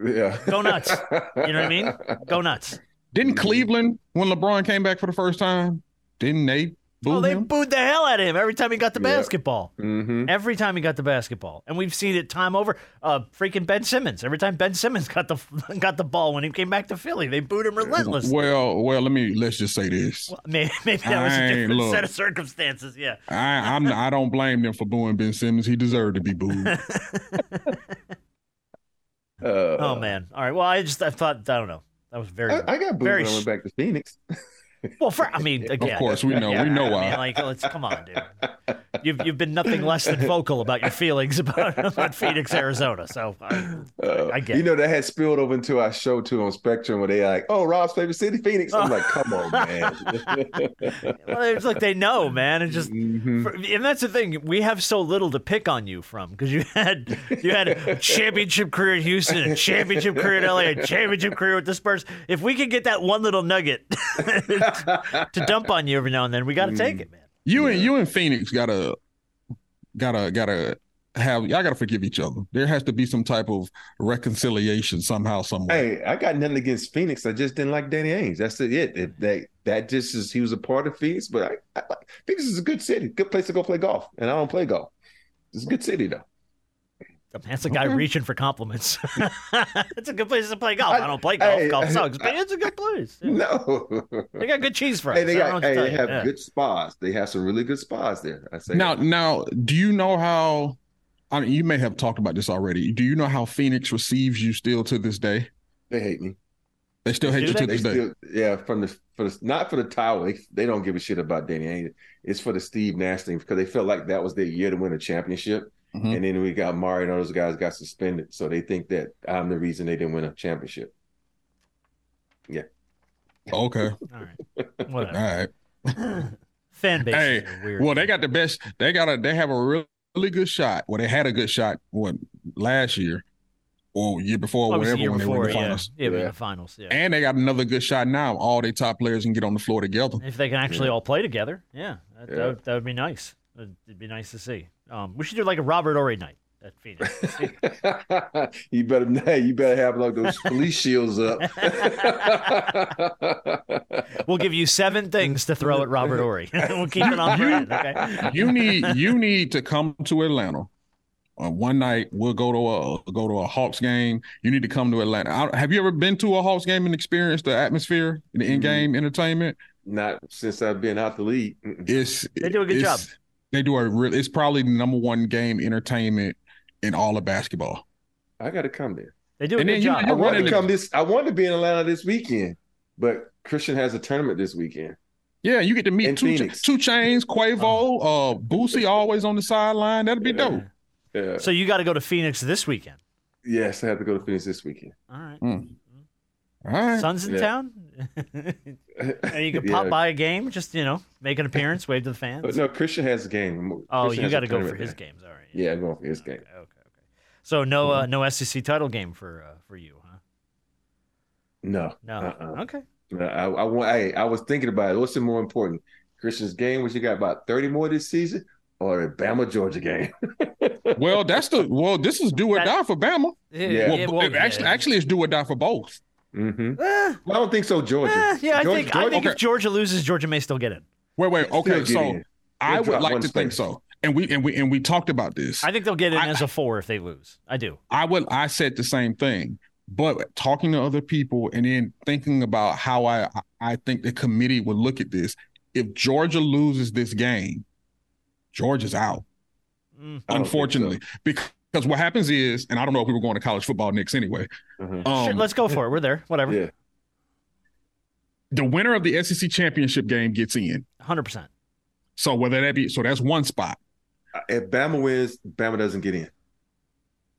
[SPEAKER 5] Yeah.
[SPEAKER 4] Go nuts. You know what I mean? Go nuts. Mm-hmm.
[SPEAKER 3] Didn't Cleveland, when LeBron came back for the first time, didn't they
[SPEAKER 4] oh, they
[SPEAKER 3] him?
[SPEAKER 4] booed the hell out of him every time he got the yeah. basketball. Mm-hmm. Every time he got the basketball, and we've seen it time over. Uh, freaking Ben Simmons. Every time Ben Simmons got the got the ball when he came back to Philly, they booed him relentless.
[SPEAKER 3] Well, well, let me let's just say this. Well,
[SPEAKER 4] maybe, maybe that was I a different look, set of circumstances. Yeah,
[SPEAKER 3] I, I'm. I don't blame them for booing Ben Simmons. He deserved to be booed.
[SPEAKER 4] uh, oh man! All right. Well, I just I thought I don't know. That was very.
[SPEAKER 5] I, I got booed
[SPEAKER 4] very
[SPEAKER 5] when I went back to Phoenix.
[SPEAKER 4] Well, for, I mean, again,
[SPEAKER 3] of course we know, yeah, we know why.
[SPEAKER 4] I mean, like, let's come on, dude. You've you've been nothing less than vocal about your feelings about, about Phoenix, Arizona. So I, uh, I get.
[SPEAKER 5] You know that had spilled over into our show too on Spectrum, where they like, "Oh, Rob's favorite city, Phoenix." I'm like, "Come on, man."
[SPEAKER 4] well, it's like they know, man. It's just, mm-hmm. for, and that's the thing. We have so little to pick on you from because you had you had a championship career in Houston, a championship career in LA, a championship career with the Spurs. If we could get that one little nugget. to dump on you every now and then. We got to
[SPEAKER 5] Mm.
[SPEAKER 4] take it, man.
[SPEAKER 3] You yeah. and you and Phoenix gotta gotta gotta have y'all gotta forgive each other. There has to be some type of reconciliation somehow, somewhere.
[SPEAKER 5] Hey, I got nothing against Phoenix. I just didn't like Danny Ainge. That's it. it that that just is he was a part of Phoenix, but I, I like Phoenix is a good city, good place to go play golf, and I don't play golf. It's a good city though.
[SPEAKER 4] That's a guy
[SPEAKER 5] Mm-hmm.
[SPEAKER 4] okay. reaching for compliments. it's a good place to play golf. I, I don't play golf. Hey, golf sucks, but it's a good place.
[SPEAKER 5] Yeah. No,
[SPEAKER 4] they got good cheese fries.
[SPEAKER 5] Hey, they, got, hey, they have yeah. good spas. They have some really good spas there. I say
[SPEAKER 3] now. That. Now, do you know how? I mean, you may have talked about this already. Do you know how Phoenix receives you still to this day?
[SPEAKER 5] They hate me.
[SPEAKER 3] They still they hate you to this still,
[SPEAKER 5] day. Yeah, from the for the, not for the towel. They, they don't give a shit about Danny Ainge. It's for the Steve Nash thing because they felt like that was their year to win a championship. Mm-hmm. And then we got Mario and all those guys got suspended. So they think that I'm the reason they didn't win a championship. Yeah.
[SPEAKER 3] Okay.
[SPEAKER 4] all right.
[SPEAKER 3] Whatever.
[SPEAKER 4] All right. Fan base.
[SPEAKER 3] Hey, well, they got the best. They got a. They have a really, really good shot. Well, they had a good shot. What last year, or year before, or whatever. When before, they were in the finals.
[SPEAKER 4] Yeah, yeah, yeah. the finals. Yeah.
[SPEAKER 3] And they got another good shot now. All their top players can get on the floor together.
[SPEAKER 4] If they can actually yeah. all play together, yeah, that, yeah. That, would, that would be nice. It'd be nice to see. Um, we should do like a Robert Ory night at Phoenix.
[SPEAKER 5] you better you better have like those police shields up.
[SPEAKER 4] we'll give you seven things to throw at Robert Ory. we'll keep it on brand. Okay.
[SPEAKER 3] You need you need to come to Atlanta. Uh, one night we'll go to a go to a Hawks game. You need to come to Atlanta. I, have you ever been to a Hawks game and experienced the atmosphere, the in-game mm-hmm. entertainment?
[SPEAKER 5] Not since I've been out the league.
[SPEAKER 3] It's
[SPEAKER 4] they do a good job
[SPEAKER 3] they do a real it's probably the number one game entertainment in all of basketball.
[SPEAKER 5] I gotta come there.
[SPEAKER 4] They do a and good
[SPEAKER 5] then,
[SPEAKER 4] job.
[SPEAKER 5] You know, I want to come this I want to be in Atlanta this weekend, but Christian has a tournament this weekend.
[SPEAKER 3] Yeah, you get to meet
[SPEAKER 5] In
[SPEAKER 3] two,
[SPEAKER 5] Phoenix.
[SPEAKER 3] two Chains, Quavo,
[SPEAKER 4] Uh-huh.
[SPEAKER 3] uh, Boosie always on the sideline. That'd be dope.
[SPEAKER 5] Yeah.
[SPEAKER 4] Oh, So you got to go to Phoenix this weekend.
[SPEAKER 5] Yes, I have to go to Phoenix this weekend.
[SPEAKER 4] All right.
[SPEAKER 3] All right.
[SPEAKER 4] Sun's in
[SPEAKER 5] Mm. Yeah.
[SPEAKER 4] town. and you can
[SPEAKER 5] Yeah.
[SPEAKER 4] pop by a game, just you know, make an appearance, wave to the fans.
[SPEAKER 5] But no, Christian has a game.
[SPEAKER 4] Oh, you
[SPEAKER 5] Christian has a
[SPEAKER 4] got to go for
[SPEAKER 5] tournament
[SPEAKER 4] his
[SPEAKER 5] game.
[SPEAKER 4] games. All right.
[SPEAKER 5] Yeah, I'm going for his game. Mm-hmm.
[SPEAKER 4] So no, uh, no SEC title game for uh, for you, huh?
[SPEAKER 5] No,
[SPEAKER 4] No.
[SPEAKER 5] uh-uh.
[SPEAKER 4] Okay.
[SPEAKER 5] No, I, I, wa- I, I was thinking about it. What's the more important, Christian's game, which you got about thirty more this season, or the Bama Georgia game?
[SPEAKER 3] well, that's the well. This is do or die for Bama.
[SPEAKER 4] Yeah,
[SPEAKER 3] Well,
[SPEAKER 4] yeah, well,
[SPEAKER 3] actually,
[SPEAKER 4] yeah.
[SPEAKER 3] actually, it's do or die for both.
[SPEAKER 4] Eh,
[SPEAKER 5] Mm-hmm. I don't think so, Georgia.
[SPEAKER 4] eh, yeah, I
[SPEAKER 5] Georgia-
[SPEAKER 4] think I
[SPEAKER 5] Georgia-
[SPEAKER 4] think
[SPEAKER 5] okay.
[SPEAKER 4] if Georgia loses, Georgia may still get it.
[SPEAKER 3] Wait, wait. Okay,
[SPEAKER 5] get
[SPEAKER 3] so
[SPEAKER 5] in.
[SPEAKER 3] I
[SPEAKER 5] They'll
[SPEAKER 3] would
[SPEAKER 5] drop
[SPEAKER 3] like
[SPEAKER 5] one
[SPEAKER 3] to think
[SPEAKER 5] space.
[SPEAKER 3] so. And we and we and we talked about this.
[SPEAKER 4] I think they'll get in
[SPEAKER 3] I-
[SPEAKER 4] as a four if they lose. I do.
[SPEAKER 3] I would I said the same thing, but talking to other people and then thinking about how I I think the committee would look at this. If Georgia loses this game, Georgia's out.
[SPEAKER 4] Mm.
[SPEAKER 5] I don't think so.
[SPEAKER 3] Unfortunately, because what happens is, and I don't know if we were going to college football next anyway.
[SPEAKER 5] Mhm.
[SPEAKER 3] Um,
[SPEAKER 4] Shit, let's go for it. We're there. Whatever.
[SPEAKER 5] Yeah,
[SPEAKER 3] the winner of the SEC championship game gets in.
[SPEAKER 4] Hundred percent.
[SPEAKER 3] So whether that be so that's one spot.
[SPEAKER 5] Uh, if Bama wins, Bama doesn't get in.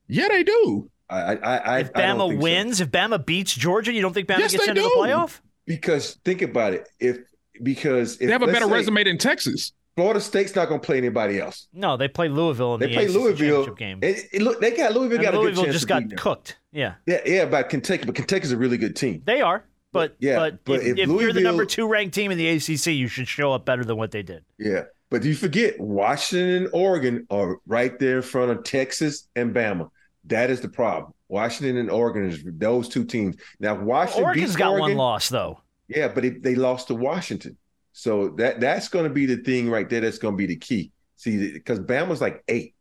[SPEAKER 3] Yeah, they do.
[SPEAKER 5] I, I, I,
[SPEAKER 4] If
[SPEAKER 5] I don't
[SPEAKER 4] Bama
[SPEAKER 5] think so.
[SPEAKER 4] wins, if Bama beats Georgia, you don't think Bama
[SPEAKER 3] Yes,
[SPEAKER 4] gets
[SPEAKER 3] they
[SPEAKER 4] into
[SPEAKER 3] do.
[SPEAKER 4] the playoff?
[SPEAKER 5] because think about it. If because if,
[SPEAKER 3] They have a
[SPEAKER 5] let's
[SPEAKER 3] better
[SPEAKER 5] say
[SPEAKER 3] resume than Texas.
[SPEAKER 5] Florida State's not going to play anybody else.
[SPEAKER 4] No, they play Louisville in
[SPEAKER 5] They
[SPEAKER 4] the
[SPEAKER 5] play
[SPEAKER 4] ACC
[SPEAKER 5] Louisville.
[SPEAKER 4] championship game.
[SPEAKER 5] It, it look, they got Louisville.
[SPEAKER 4] And
[SPEAKER 5] got a good
[SPEAKER 4] Louisville
[SPEAKER 5] chance
[SPEAKER 4] just
[SPEAKER 5] to
[SPEAKER 4] got
[SPEAKER 5] beat them.
[SPEAKER 4] cooked. Yeah,
[SPEAKER 5] Yeah, yeah, but Kentucky, but Kentucky's a really good team.
[SPEAKER 4] they are. But
[SPEAKER 5] Yeah,
[SPEAKER 4] but,
[SPEAKER 5] but
[SPEAKER 4] if,
[SPEAKER 5] if
[SPEAKER 4] if you're the number
[SPEAKER 5] Louisville-
[SPEAKER 4] two ranked team in the ACC, you should show up better than what they did.
[SPEAKER 5] Yeah, but you forget Washington and Oregon are right there in front of Texas and Bama. That is the problem. Washington and Oregon is those two teams. Now if Washington
[SPEAKER 4] Oh, Oregon's
[SPEAKER 5] beats
[SPEAKER 4] got
[SPEAKER 5] Oregon.
[SPEAKER 4] one loss though.
[SPEAKER 5] Yeah, but it, they lost to Washington, so that that's going to be the thing right there. That's going to be the key. See, because Bama's like eight,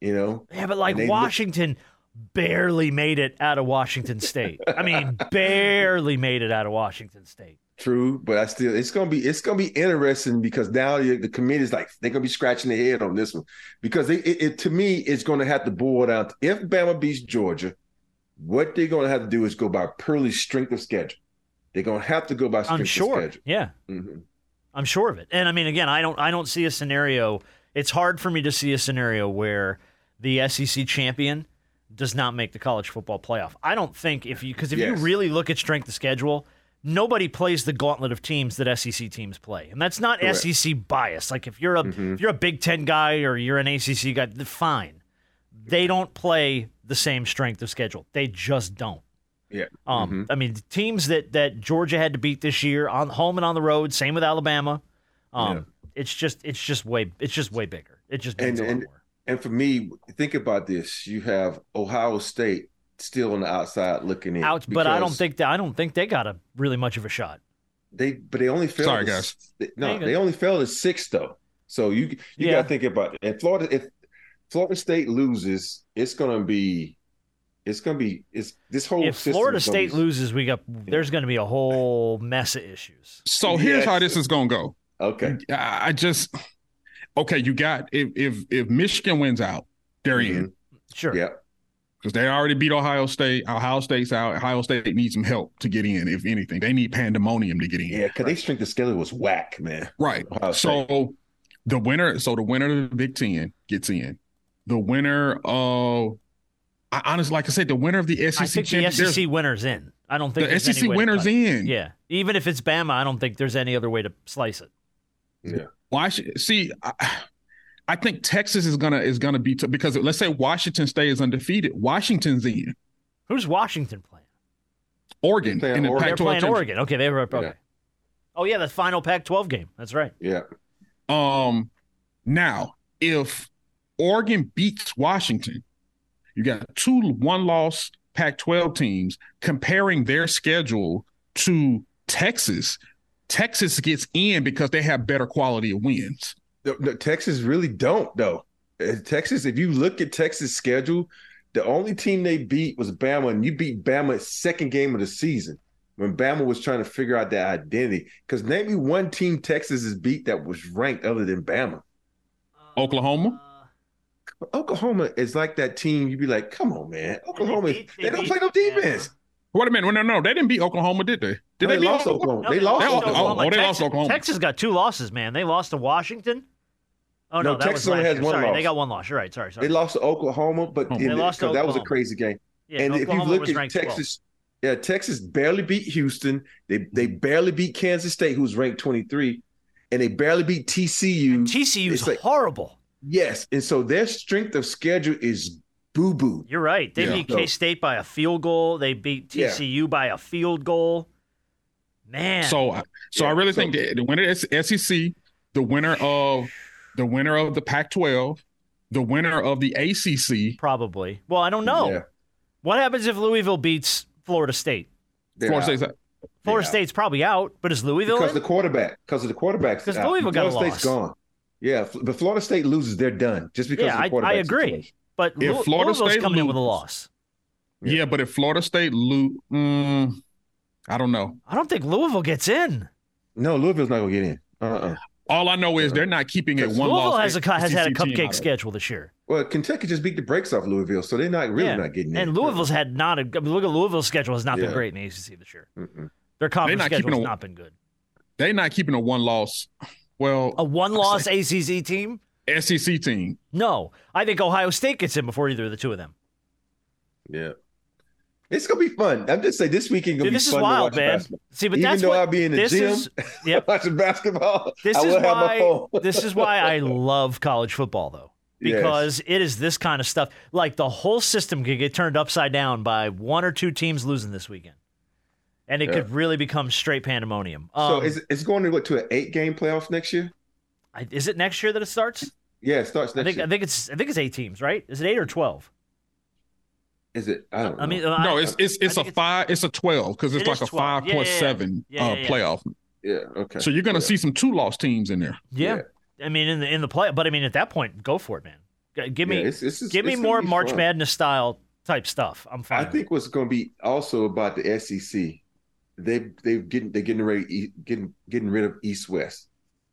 [SPEAKER 5] you know.
[SPEAKER 4] Yeah, but like
[SPEAKER 5] And they look-
[SPEAKER 4] Washington barely made it out of Washington State. I mean, barely made it out of Washington State.
[SPEAKER 5] True, but I still it's gonna be it's gonna be interesting because now you- the committee's like they're gonna be scratching their head on this one because they, it, it to me it's gonna have to boil down to if Bama beats Georgia, what they're gonna have to do is go by purely strength of schedule. They're gonna have to go by strength
[SPEAKER 4] I'm
[SPEAKER 5] of
[SPEAKER 4] sure.
[SPEAKER 5] schedule.
[SPEAKER 4] Yeah,
[SPEAKER 5] Mhm.
[SPEAKER 4] I'm sure of it. And I mean, again, I don't I don't see a scenario. It's hard for me to see a scenario where the SEC champion does not make the college football playoff. I don't think if you because if
[SPEAKER 5] Yes.
[SPEAKER 4] you really look at strength of schedule, nobody plays the gauntlet of teams that SEC teams play, and that's not
[SPEAKER 5] Correct. Mm-hmm.
[SPEAKER 4] SEC bias. Like if you're a if you're a Big Ten guy or you're an ACC guy, th- fine. They don't play the same strength of schedule. They just don't.
[SPEAKER 5] Yeah.
[SPEAKER 4] Um,
[SPEAKER 5] Mm-hmm.
[SPEAKER 4] I mean, the teams that that Georgia had to beat this year on home and on the road. Same with Alabama. Um, it's just it's just way it's just way bigger. It just means
[SPEAKER 5] And-
[SPEAKER 4] a lot
[SPEAKER 5] and-
[SPEAKER 4] more.
[SPEAKER 5] And for me, think about this: you have Ohio State still on the outside looking in.
[SPEAKER 4] Out, but I don't
[SPEAKER 5] because
[SPEAKER 4] think that I don't think they got a really much of a shot.
[SPEAKER 5] they. But they only failed.
[SPEAKER 3] Sorry,
[SPEAKER 5] to-
[SPEAKER 3] guys.
[SPEAKER 5] they-
[SPEAKER 4] There
[SPEAKER 5] no,
[SPEAKER 4] you go.
[SPEAKER 5] they only failed to six though. So you you
[SPEAKER 4] Yeah.
[SPEAKER 5] got to think about it. And Florida, if Florida State loses, it's gonna be, it's gonna be, it's this whole.
[SPEAKER 4] If
[SPEAKER 5] system
[SPEAKER 4] Florida
[SPEAKER 5] is gonna be-
[SPEAKER 4] State loses, we got there's going to be a whole mess of issues.
[SPEAKER 3] So here's
[SPEAKER 5] Yes.
[SPEAKER 3] how this is gonna go.
[SPEAKER 5] okay,
[SPEAKER 3] I I just okay, you got if if if Michigan wins out, they're
[SPEAKER 5] Mm-hmm.
[SPEAKER 3] in.
[SPEAKER 4] Sure.
[SPEAKER 5] yeah,
[SPEAKER 3] Because they already beat Ohio State. Ohio State's out. Ohio State needs some help to get in, if anything. They need pandemonium to get in.
[SPEAKER 5] yeah, because they strength of schedule was whack, man.
[SPEAKER 3] Right.
[SPEAKER 4] Uh,
[SPEAKER 5] Ohio State.
[SPEAKER 3] So the winner, so the winner of the Big Ten gets in. The winner of I honestly like I said, the winner of the SEC
[SPEAKER 4] I think the
[SPEAKER 3] E champion- there's-
[SPEAKER 4] SEC winners in. I don't think
[SPEAKER 3] the
[SPEAKER 4] there's any
[SPEAKER 3] SEC
[SPEAKER 4] way to
[SPEAKER 3] winners
[SPEAKER 4] cut it.
[SPEAKER 3] in.
[SPEAKER 4] Yeah, even if it's Bama, I don't think there's any other way to slice it.
[SPEAKER 3] Why should see? I, I think Texas is gonna is gonna be t- because let's say Washington State is undefeated. Washington's in
[SPEAKER 4] Who's Washington playing?
[SPEAKER 3] Oregon
[SPEAKER 5] They're playing
[SPEAKER 3] in the
[SPEAKER 5] Oregon.
[SPEAKER 4] They're
[SPEAKER 3] Pac-12
[SPEAKER 4] playing
[SPEAKER 3] championship.
[SPEAKER 4] Oregon. Okay, they were okay.
[SPEAKER 5] Yeah.
[SPEAKER 4] Oh yeah, the final Pac-12 game. That's right.
[SPEAKER 5] yeah,
[SPEAKER 3] Um, now if Oregon beats Washington, you got two one loss Pac-12 teams comparing their schedule to Texas. Texas gets in because they have better quality of wins.
[SPEAKER 5] No, no, Texas really don't though. Uh, Texas, if you look at Texas' schedule, the only team they beat was Bama, and you beat Bama second game of the season when Bama was trying to figure out their identity. Because name me one team Texas has beat that was ranked other than Bama.
[SPEAKER 3] Uh, Oklahoma,
[SPEAKER 5] Oklahoma is like that team. You'd be like, come on, man, Oklahoma.
[SPEAKER 4] They
[SPEAKER 5] They,
[SPEAKER 4] beat- they
[SPEAKER 5] don't
[SPEAKER 4] beat
[SPEAKER 5] play no
[SPEAKER 4] Bama.
[SPEAKER 5] defense.
[SPEAKER 3] Wait a minute. No, no, no. They didn't beat Oklahoma, did they? Did
[SPEAKER 5] they
[SPEAKER 3] beat
[SPEAKER 5] lost Oklahoma. They lost
[SPEAKER 3] oh,
[SPEAKER 5] Oklahoma.
[SPEAKER 3] Oh, they
[SPEAKER 4] Texas,
[SPEAKER 3] lost Oklahoma.
[SPEAKER 4] Texas got two losses, man. They lost to Washington. Oh no,
[SPEAKER 5] No,
[SPEAKER 4] that
[SPEAKER 5] Texas
[SPEAKER 4] was
[SPEAKER 5] only
[SPEAKER 4] last
[SPEAKER 5] has
[SPEAKER 4] year.
[SPEAKER 5] one
[SPEAKER 4] sorry,
[SPEAKER 5] loss.
[SPEAKER 4] they got one loss. You're right. Sorry, sorry.
[SPEAKER 5] They lost to Oklahoma, but
[SPEAKER 4] They
[SPEAKER 5] in the-
[SPEAKER 4] lost to
[SPEAKER 5] 'cause that was a
[SPEAKER 4] Oklahoma.
[SPEAKER 5] crazy game.
[SPEAKER 4] Yeah,
[SPEAKER 5] and if you
[SPEAKER 4] Oklahoma
[SPEAKER 5] look
[SPEAKER 4] was
[SPEAKER 5] at
[SPEAKER 4] ranked 12th.
[SPEAKER 5] Texas, yeah, Texas barely beat Houston.
[SPEAKER 4] Mm-hmm.
[SPEAKER 5] They they barely beat Kansas State, who's ranked 23, and they barely beat TCU.
[SPEAKER 4] TCU
[SPEAKER 5] is
[SPEAKER 4] horrible.
[SPEAKER 5] Yes, and so their strength of schedule is boo boo.
[SPEAKER 4] You're right. They
[SPEAKER 5] Yeah.
[SPEAKER 4] beat
[SPEAKER 5] So-
[SPEAKER 4] K State by a field goal. They beat
[SPEAKER 5] Yeah.
[SPEAKER 4] TCU by a field goal. Man,
[SPEAKER 3] So, I- so I really think that the winner is SEC, the winner of the winner of the Pac-12, the winner of the ACC,
[SPEAKER 4] probably. Well, I don't know.
[SPEAKER 3] Yeah.
[SPEAKER 4] What happens if Louisville beats Florida State?
[SPEAKER 3] Florida State's
[SPEAKER 4] Florida State's probably out, but is Louisville
[SPEAKER 5] because
[SPEAKER 4] in?
[SPEAKER 5] the quarterback, because of the quarterback,
[SPEAKER 4] 'Cause Louisville got a
[SPEAKER 5] Florida State's
[SPEAKER 4] loss.
[SPEAKER 5] gone. Yeah, F- but Florida State loses, they're done just because
[SPEAKER 4] yeah,
[SPEAKER 5] of the
[SPEAKER 4] I,
[SPEAKER 5] quarterback.
[SPEAKER 4] I agree.
[SPEAKER 5] situation.
[SPEAKER 4] But
[SPEAKER 3] If
[SPEAKER 4] Lu-
[SPEAKER 3] Florida
[SPEAKER 4] Louisville's
[SPEAKER 3] State
[SPEAKER 4] coming in with a
[SPEAKER 3] loses-
[SPEAKER 4] loss.
[SPEAKER 3] Yeah. but if Florida State lose, mm, I don't know.
[SPEAKER 4] I don't think Louisville gets in.
[SPEAKER 5] No, Louisville's not gonna get in. Uh-uh.
[SPEAKER 3] All I know is they're not keeping a one
[SPEAKER 4] Louisville
[SPEAKER 3] loss. E
[SPEAKER 4] has a cu- has had a cupcake
[SPEAKER 3] schedule.
[SPEAKER 4] schedule this year.
[SPEAKER 5] Well, Kentucky just beat the brakes off Louisville, so they're not really
[SPEAKER 4] Yeah.
[SPEAKER 5] not getting in.
[SPEAKER 4] And Louisville's had not a I mean, look at Louisville's schedule has not been
[SPEAKER 5] Yeah.
[SPEAKER 4] great in the ACC this year.
[SPEAKER 5] Mm-mm.
[SPEAKER 4] Their conference
[SPEAKER 3] not
[SPEAKER 4] schedule
[SPEAKER 3] keeping
[SPEAKER 4] has
[SPEAKER 3] a-
[SPEAKER 4] not been good.
[SPEAKER 3] They're not keeping a one loss. Well,
[SPEAKER 4] A one loss ACC team?
[SPEAKER 3] SEC team.
[SPEAKER 4] No, I think Ohio State gets in before either of the two of them.
[SPEAKER 5] Yeah. It's gonna be fun. I'm just saying this weekend gonna
[SPEAKER 4] Dude,
[SPEAKER 5] be
[SPEAKER 4] this is
[SPEAKER 5] fun to
[SPEAKER 4] wild,
[SPEAKER 5] watch
[SPEAKER 4] man.
[SPEAKER 5] basketball.
[SPEAKER 4] See, but
[SPEAKER 5] even
[SPEAKER 4] that's
[SPEAKER 5] though
[SPEAKER 4] what-
[SPEAKER 5] I'll be in the
[SPEAKER 4] this
[SPEAKER 5] gym
[SPEAKER 4] is- yep.
[SPEAKER 5] watching basketball,
[SPEAKER 4] This
[SPEAKER 5] I
[SPEAKER 4] is
[SPEAKER 5] will have my
[SPEAKER 4] why
[SPEAKER 5] phone.
[SPEAKER 4] this is why I love college football though.
[SPEAKER 5] Yes.
[SPEAKER 4] Because it is this kind of stuff. Like the whole system could get turned upside down by one or two teams losing this weekend. And it
[SPEAKER 5] Yeah.
[SPEAKER 4] could really become straight pandemonium.
[SPEAKER 5] so
[SPEAKER 4] Um,
[SPEAKER 5] it's, it's going to what to an eight game playoffs next year?
[SPEAKER 4] I- is it next year that it starts?
[SPEAKER 5] Yeah, it starts
[SPEAKER 4] I
[SPEAKER 5] next
[SPEAKER 4] think
[SPEAKER 5] year.
[SPEAKER 4] I think it's I think it's eight teams, right? Is it eight or twelve?
[SPEAKER 5] is it? I don't.
[SPEAKER 4] I mean,
[SPEAKER 5] know.
[SPEAKER 4] I-
[SPEAKER 3] No, it's it's it's a five. It's a twelve because it's
[SPEAKER 4] It
[SPEAKER 3] like
[SPEAKER 4] is
[SPEAKER 3] a
[SPEAKER 4] 12.
[SPEAKER 3] five
[SPEAKER 4] Yeah, yeah,
[SPEAKER 3] point
[SPEAKER 4] yeah.
[SPEAKER 3] seven
[SPEAKER 4] Yeah,
[SPEAKER 3] uh,
[SPEAKER 4] yeah, yeah.
[SPEAKER 3] playoff.
[SPEAKER 5] yeah. Okay.
[SPEAKER 3] So you're gonna
[SPEAKER 5] Yeah.
[SPEAKER 3] see some two loss teams in there.
[SPEAKER 4] yeah. I mean, in the in the play, but I mean, at that point, go for it, man. G- Give me
[SPEAKER 5] Yeah, it's- it's-
[SPEAKER 4] give me
[SPEAKER 5] it's gonna
[SPEAKER 4] more
[SPEAKER 5] be
[SPEAKER 4] March
[SPEAKER 5] fun.
[SPEAKER 4] Madness style type stuff. I'm fine.
[SPEAKER 5] I
[SPEAKER 4] with
[SPEAKER 5] think what's going to be also about the SEC, they they getting they're getting ready e- getting getting rid of East West,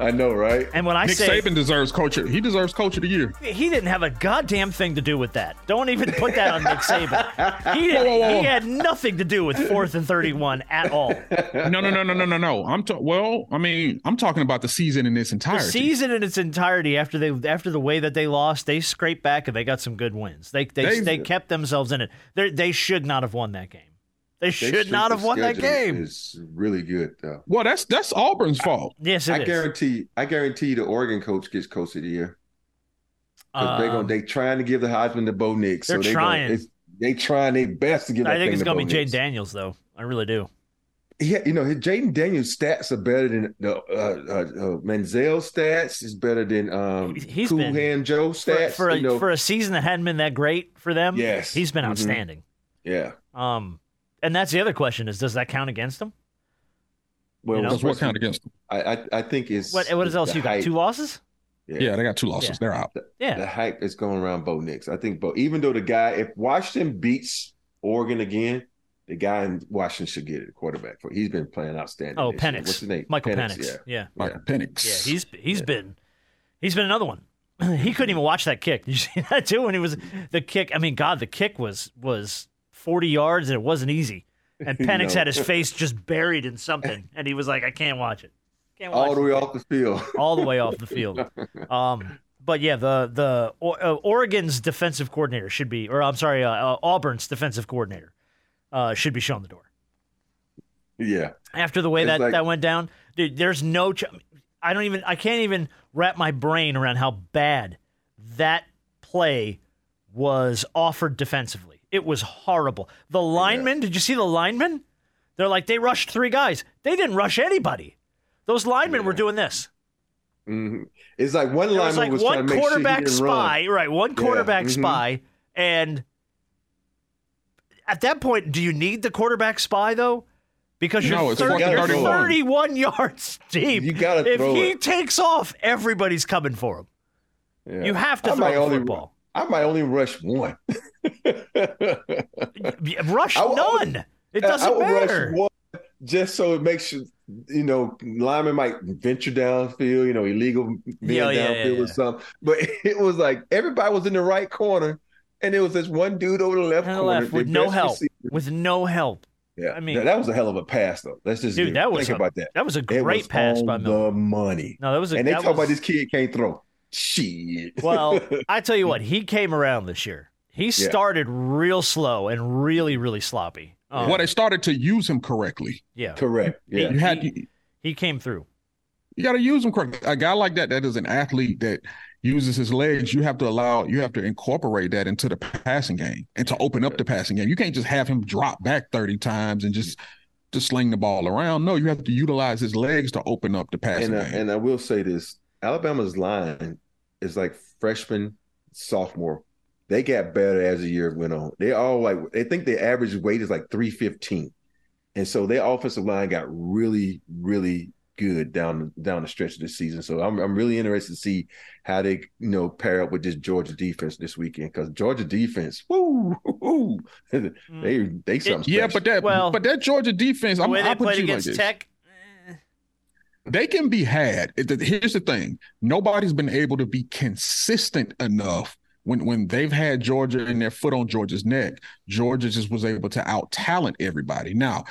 [SPEAKER 5] I know, right?
[SPEAKER 4] and when I
[SPEAKER 3] Nick
[SPEAKER 4] say
[SPEAKER 3] Saban deserves culture. He deserves coach of the year.
[SPEAKER 4] he didn't have a goddamn thing to do with that. Don't even put that on Nick Saban. He,
[SPEAKER 3] Whoa, whoa,
[SPEAKER 4] didn't,
[SPEAKER 3] whoa.
[SPEAKER 4] he had nothing to do with fourth and thirty-one at all.
[SPEAKER 3] No, no, no, no, no, no, no. I'm ta- well. I mean, I'm talking about the season in its
[SPEAKER 4] The
[SPEAKER 3] entirety.
[SPEAKER 4] season in its entirety, after they after the way that they lost, they scraped back and they got some good wins. They they they
[SPEAKER 3] They've-
[SPEAKER 4] kept themselves in it. They they should not have won that game. They should not have won that game.
[SPEAKER 5] It's really good though.
[SPEAKER 3] Well, that's that's Auburn's fault.
[SPEAKER 4] Yes, it
[SPEAKER 5] I
[SPEAKER 4] is.
[SPEAKER 5] guarantee. I guarantee the Oregon coach gets coach of the year. Because they
[SPEAKER 4] Um,
[SPEAKER 5] going they trying to give the Heisman to Bo Nix.
[SPEAKER 4] they're
[SPEAKER 5] so they
[SPEAKER 4] trying.
[SPEAKER 5] Gonna, it's, they trying their best to give.
[SPEAKER 4] I
[SPEAKER 5] that
[SPEAKER 4] think
[SPEAKER 5] thing
[SPEAKER 4] it's
[SPEAKER 5] to
[SPEAKER 4] gonna
[SPEAKER 5] Bo
[SPEAKER 4] be Jaden
[SPEAKER 5] Nix.
[SPEAKER 4] Daniels though. I really do.
[SPEAKER 5] Yeah, you know, his Jaden Daniels stats are better than the uh, uh, uh, Manziel's stats. Is better than um,
[SPEAKER 4] He's
[SPEAKER 5] Cool
[SPEAKER 4] been-
[SPEAKER 5] Hand Joe
[SPEAKER 4] For,
[SPEAKER 5] stats.
[SPEAKER 4] for, a,
[SPEAKER 5] you know,
[SPEAKER 4] for a season that hadn't been that great for them,
[SPEAKER 5] Yes.
[SPEAKER 4] he's been
[SPEAKER 5] Mhm.
[SPEAKER 4] outstanding.
[SPEAKER 5] yeah.
[SPEAKER 4] Um, and that's the other question: is does that count against him?
[SPEAKER 5] Well,
[SPEAKER 4] know?
[SPEAKER 3] That's what count against them.
[SPEAKER 5] I, I I think it's
[SPEAKER 4] What what is
[SPEAKER 5] the
[SPEAKER 4] else you got?
[SPEAKER 5] hype.
[SPEAKER 4] Two losses?
[SPEAKER 5] Yeah.
[SPEAKER 3] Yeah, they got two losses. They're out.
[SPEAKER 4] Yeah.
[SPEAKER 5] The hype is going around Bo Nix. I think Bo. Even though the guy, if Washington beats Oregon again, the guy in Washington should get it, quarterback for. He's been playing outstanding.
[SPEAKER 4] Oh,
[SPEAKER 5] this year.
[SPEAKER 4] Penix.
[SPEAKER 5] What's his name?
[SPEAKER 4] Michael Penix. Yeah.
[SPEAKER 5] Yeah.
[SPEAKER 3] Michael Penix.
[SPEAKER 4] Yeah, he's he's been he's been another one. he couldn't even watch that kick. Did you see that too? When he was the kick, I mean, God, the kick was was forty yards, and it wasn't easy. And Penix
[SPEAKER 5] No.
[SPEAKER 4] had his face just buried in something, and he was like, "I can't watch it." Can't watch
[SPEAKER 5] all the way off the field.
[SPEAKER 4] all the way off the field. Um, but yeah, the the O- uh, Oregon's defensive coordinator should be, or I'm sorry, uh, uh, Auburn's defensive coordinator uh, should be shown the door
[SPEAKER 5] Yeah.
[SPEAKER 4] after the way
[SPEAKER 5] It's
[SPEAKER 4] that
[SPEAKER 5] like-
[SPEAKER 4] that went down. Dude, there's no. Ch- I don't even. I can't even wrap my brain around how bad that play was offered defensively. It was horrible. The linemen. Did you see the linemen? They're like they rushed three guys. They didn't rush anybody. Those linemen were doing this.
[SPEAKER 5] Mhm. It's like one
[SPEAKER 4] It
[SPEAKER 5] lineman
[SPEAKER 4] was like
[SPEAKER 5] was trying
[SPEAKER 4] one
[SPEAKER 5] to make sure he
[SPEAKER 4] quarterback
[SPEAKER 5] didn't run.
[SPEAKER 4] spy, right? One
[SPEAKER 5] Yeah,
[SPEAKER 4] quarterback
[SPEAKER 5] mhm.
[SPEAKER 4] spy, and at that point, do you need the quarterback spy though? Because you're,
[SPEAKER 3] No, it's
[SPEAKER 4] 30
[SPEAKER 3] fucking
[SPEAKER 4] you're
[SPEAKER 3] 31.
[SPEAKER 4] 31 yards deep.
[SPEAKER 5] You gotta
[SPEAKER 4] if
[SPEAKER 5] throw
[SPEAKER 4] he
[SPEAKER 5] it.
[SPEAKER 4] takes off, everybody's coming for him.
[SPEAKER 5] Yeah.
[SPEAKER 4] You have to
[SPEAKER 5] I
[SPEAKER 4] throw
[SPEAKER 5] might
[SPEAKER 4] the
[SPEAKER 5] only-
[SPEAKER 4] football.
[SPEAKER 5] I might only rush one.
[SPEAKER 4] Yeah, Rush
[SPEAKER 5] I would- I would-
[SPEAKER 4] none. it
[SPEAKER 5] I-
[SPEAKER 4] doesn't
[SPEAKER 5] I would rush
[SPEAKER 4] matter.
[SPEAKER 5] one just so it makes you, you know, lineman might venture downfield, you know, illegal being
[SPEAKER 4] Yeah,
[SPEAKER 5] downfield
[SPEAKER 4] yeah, yeah, yeah.
[SPEAKER 5] or something. But it was like everybody was in the right corner, and there was this one dude over the left
[SPEAKER 4] And the
[SPEAKER 5] corner
[SPEAKER 4] left
[SPEAKER 5] the
[SPEAKER 4] with no
[SPEAKER 5] best
[SPEAKER 4] help.
[SPEAKER 5] receiver.
[SPEAKER 4] With no help.
[SPEAKER 5] Yeah,
[SPEAKER 4] I mean-
[SPEAKER 5] that, that was a hell of a pass, though. Let's just
[SPEAKER 4] Dude,
[SPEAKER 5] do-
[SPEAKER 4] that was
[SPEAKER 5] think
[SPEAKER 4] a-
[SPEAKER 5] about that.
[SPEAKER 4] that was a
[SPEAKER 5] It
[SPEAKER 4] great pass
[SPEAKER 5] on
[SPEAKER 4] by Miller.
[SPEAKER 5] the money.
[SPEAKER 4] No, that was a-
[SPEAKER 5] and they
[SPEAKER 4] that
[SPEAKER 5] talk
[SPEAKER 4] was-
[SPEAKER 5] about this kid can't throw. Shit.
[SPEAKER 4] Well, I tell you what, he came around this year. He started real slow and really, really sloppy. Um,
[SPEAKER 3] Well, they started to use him correctly.
[SPEAKER 4] yeah.
[SPEAKER 5] correct.
[SPEAKER 4] He-
[SPEAKER 5] Yeah,
[SPEAKER 3] You had
[SPEAKER 4] he, he came through.
[SPEAKER 3] you got to use him correctly. A guy like that, that is an athlete that uses his legs. You have to allow, you have to incorporate that into the passing game and to open up the passing game. You can't just have him drop back thirty times and just just sling the ball around. No, you have to utilize his legs to open up the passing
[SPEAKER 5] and I,
[SPEAKER 3] game.
[SPEAKER 5] and I will say this: Alabama's line is like freshman, sophomore. They got better as the year went on. They all like they think their average weight is like three fifteen, and so their offensive line got really, really good down down the stretch of this season. So I'm I'm really interested to see how they you know pair up with this Georgia defense this weekend because Georgia defense, woo, woo, woo,
[SPEAKER 4] Mm-hmm.
[SPEAKER 5] they they something
[SPEAKER 3] yeah,
[SPEAKER 5] special.
[SPEAKER 3] but that
[SPEAKER 4] Well,
[SPEAKER 3] but that Georgia defense,
[SPEAKER 4] The
[SPEAKER 3] I'm,
[SPEAKER 4] way
[SPEAKER 3] I
[SPEAKER 4] Mm. they
[SPEAKER 3] put
[SPEAKER 4] played
[SPEAKER 3] you like
[SPEAKER 4] against
[SPEAKER 3] this.
[SPEAKER 4] Tech,
[SPEAKER 3] they can be had. It- th- Here's the thing: nobody's been able to be consistent enough when when they've had Georgia and their foot on Georgia's neck. Georgia just was able to out talent everybody. Now,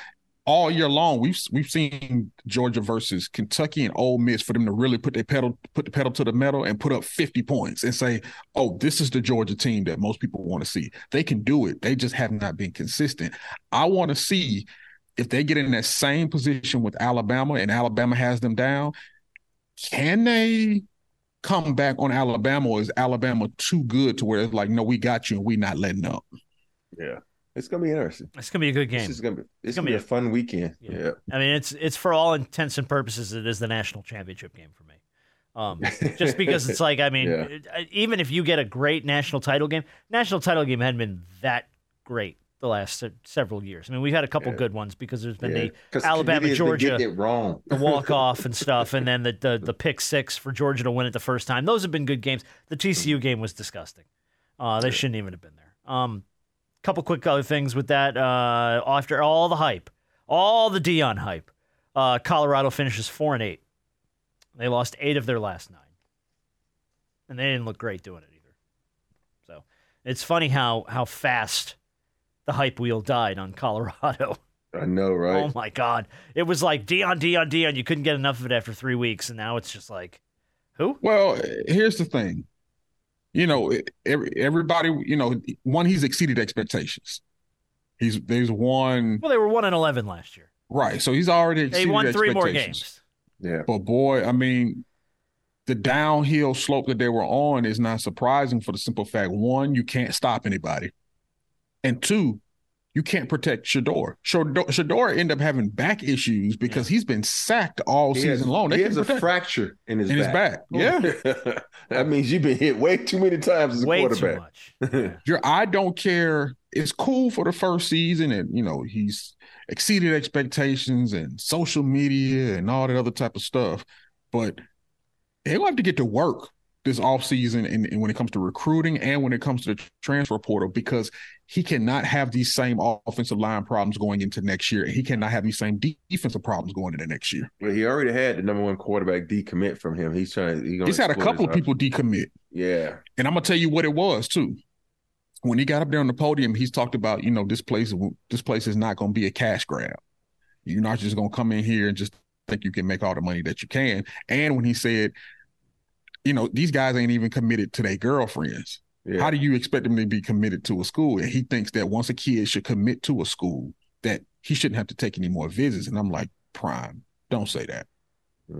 [SPEAKER 3] all year long, we've we've seen Georgia versus Kentucky and Ole Miss for them to really put their pedal put the pedal to the metal and put up 50 points and say, "Oh, this is the Georgia team that most people want to see." They can do it. They just have not been consistent. I want to see if they get in that same position with Alabama and Alabama has them down, can they come back on Alabama or is Alabama too good to where it's like, no, we got you and we not letting up?
[SPEAKER 5] yeah, it's gonna be interesting.
[SPEAKER 4] it's gonna be a good game.
[SPEAKER 5] This is gonna be it's
[SPEAKER 4] gonna
[SPEAKER 5] gonna,
[SPEAKER 4] be
[SPEAKER 5] be a fun weekend. yeah.
[SPEAKER 4] I mean, it's it's for all intents and purposes, it is the national championship game for me. Um, just because it's like, I mean,
[SPEAKER 5] Yeah.
[SPEAKER 4] it- even if you get a great national title game, national title game hadn't been that great the last se- several years. I mean, we've had a couple good ones because there's been
[SPEAKER 5] Yeah. 'Cause
[SPEAKER 4] the
[SPEAKER 5] the
[SPEAKER 4] Alabama
[SPEAKER 5] comedians, they
[SPEAKER 4] Georgia
[SPEAKER 5] get it wrong.
[SPEAKER 4] the walk off and stuff, and then the, the the pick six for Georgia to win it the first time. Those have been good games. The TCU game was disgusting. Uh, they shouldn't even have been there. Um, couple quick other things with that. Uh, after all the hype, all the Dion hype, uh, Colorado finishes four and eight. They lost eight of their last nine, and they didn't look great doing it either. So it's funny how how fast the hype wheel died on Colorado.
[SPEAKER 5] I know, right?
[SPEAKER 4] Oh my God. It was like Dion, Dion, Dion. You couldn't get enough of it after three weeks. And now it's just like, who?
[SPEAKER 3] Well, here's the thing. You know, e-, every, everybody, you know, one, he's exceeded expectations. He's there's one
[SPEAKER 4] Well, they were 1 and 11 last year.
[SPEAKER 3] right, so he's already
[SPEAKER 4] They
[SPEAKER 3] exceeded
[SPEAKER 4] won three more
[SPEAKER 3] expectations.
[SPEAKER 4] games.
[SPEAKER 5] Yeah.
[SPEAKER 3] But boy, I mean, the downhill slope that they were on is not surprising for the simple fact one, you can't stop anybody. And two, you can't protect Shador. Shador, Shador ended up having back issues because he's been sacked all
[SPEAKER 5] He
[SPEAKER 3] season
[SPEAKER 5] has-
[SPEAKER 3] long. They
[SPEAKER 5] he has
[SPEAKER 3] couldn't
[SPEAKER 5] a
[SPEAKER 3] protect-
[SPEAKER 5] fracture in his
[SPEAKER 3] In his
[SPEAKER 5] back. Oh,
[SPEAKER 3] back,
[SPEAKER 5] yeah. that means you've been hit way too many times as a
[SPEAKER 4] Way too
[SPEAKER 5] quarterback.
[SPEAKER 4] much.
[SPEAKER 3] Your I don't care. It's cool for the first season, and you know he's exceeded expectations and social media and all that other type of stuff. But they're gonna have to get to work this offseason and, and when it comes to recruiting and when it comes to the transfer portal because he cannot have these same offensive line problems going into next year and he cannot have these same de- defensive problems going into next year.
[SPEAKER 5] Well, he already had the number one quarterback decommit from him. He's trying. He's, gonna
[SPEAKER 3] He's had a
[SPEAKER 5] exploit
[SPEAKER 3] couple
[SPEAKER 5] his
[SPEAKER 3] of people decommit.
[SPEAKER 5] Yeah.
[SPEAKER 3] And I'm gonna tell you what it was too. When he got up there on the podium, he's talked about, you know, this place this place is not gonna be a cash grab. You're not just gonna come in here and just think you can make all the money that you can. And when he said, you know, these guys ain't even committed to their girlfriends.
[SPEAKER 5] Yeah.
[SPEAKER 3] How do you expect them to be committed to a school? And he thinks that once a kid should commit to a school, that he shouldn't have to take any more visits. And I'm like, Prime, don't say that.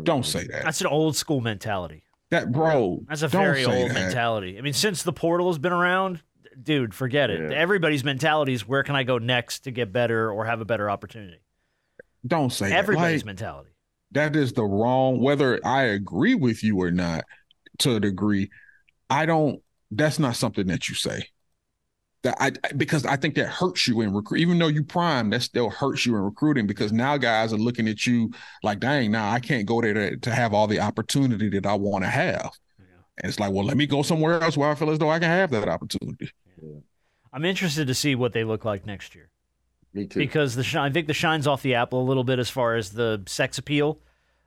[SPEAKER 3] Don't say that.
[SPEAKER 4] That's an old school mentality.
[SPEAKER 3] That bro.
[SPEAKER 4] That's a
[SPEAKER 3] don't
[SPEAKER 4] very
[SPEAKER 3] say
[SPEAKER 4] old
[SPEAKER 3] that.
[SPEAKER 4] mentality. I mean, since the portal has been around, dude, forget it. Everybody's mentality is where can I go next to get better or have a better opportunity.
[SPEAKER 3] Don't say that.
[SPEAKER 4] Everybody's
[SPEAKER 3] Like,
[SPEAKER 4] mentality.
[SPEAKER 3] that is the wrong whether i agree with you or not to a degree i don't that's not something that you say that i because i think that hurts you in recruit even though you prime that still hurts you in recruiting because now guys are looking at you like dang now i can't go there to, to have all the opportunity that i want to have and it's like well let me go somewhere else where i feel as though i can have that opportunity
[SPEAKER 4] I'm interested to see what they look like next year.
[SPEAKER 5] Me too.
[SPEAKER 4] Because the shi- I think the shine's off the apple a little bit as far as the sex appeal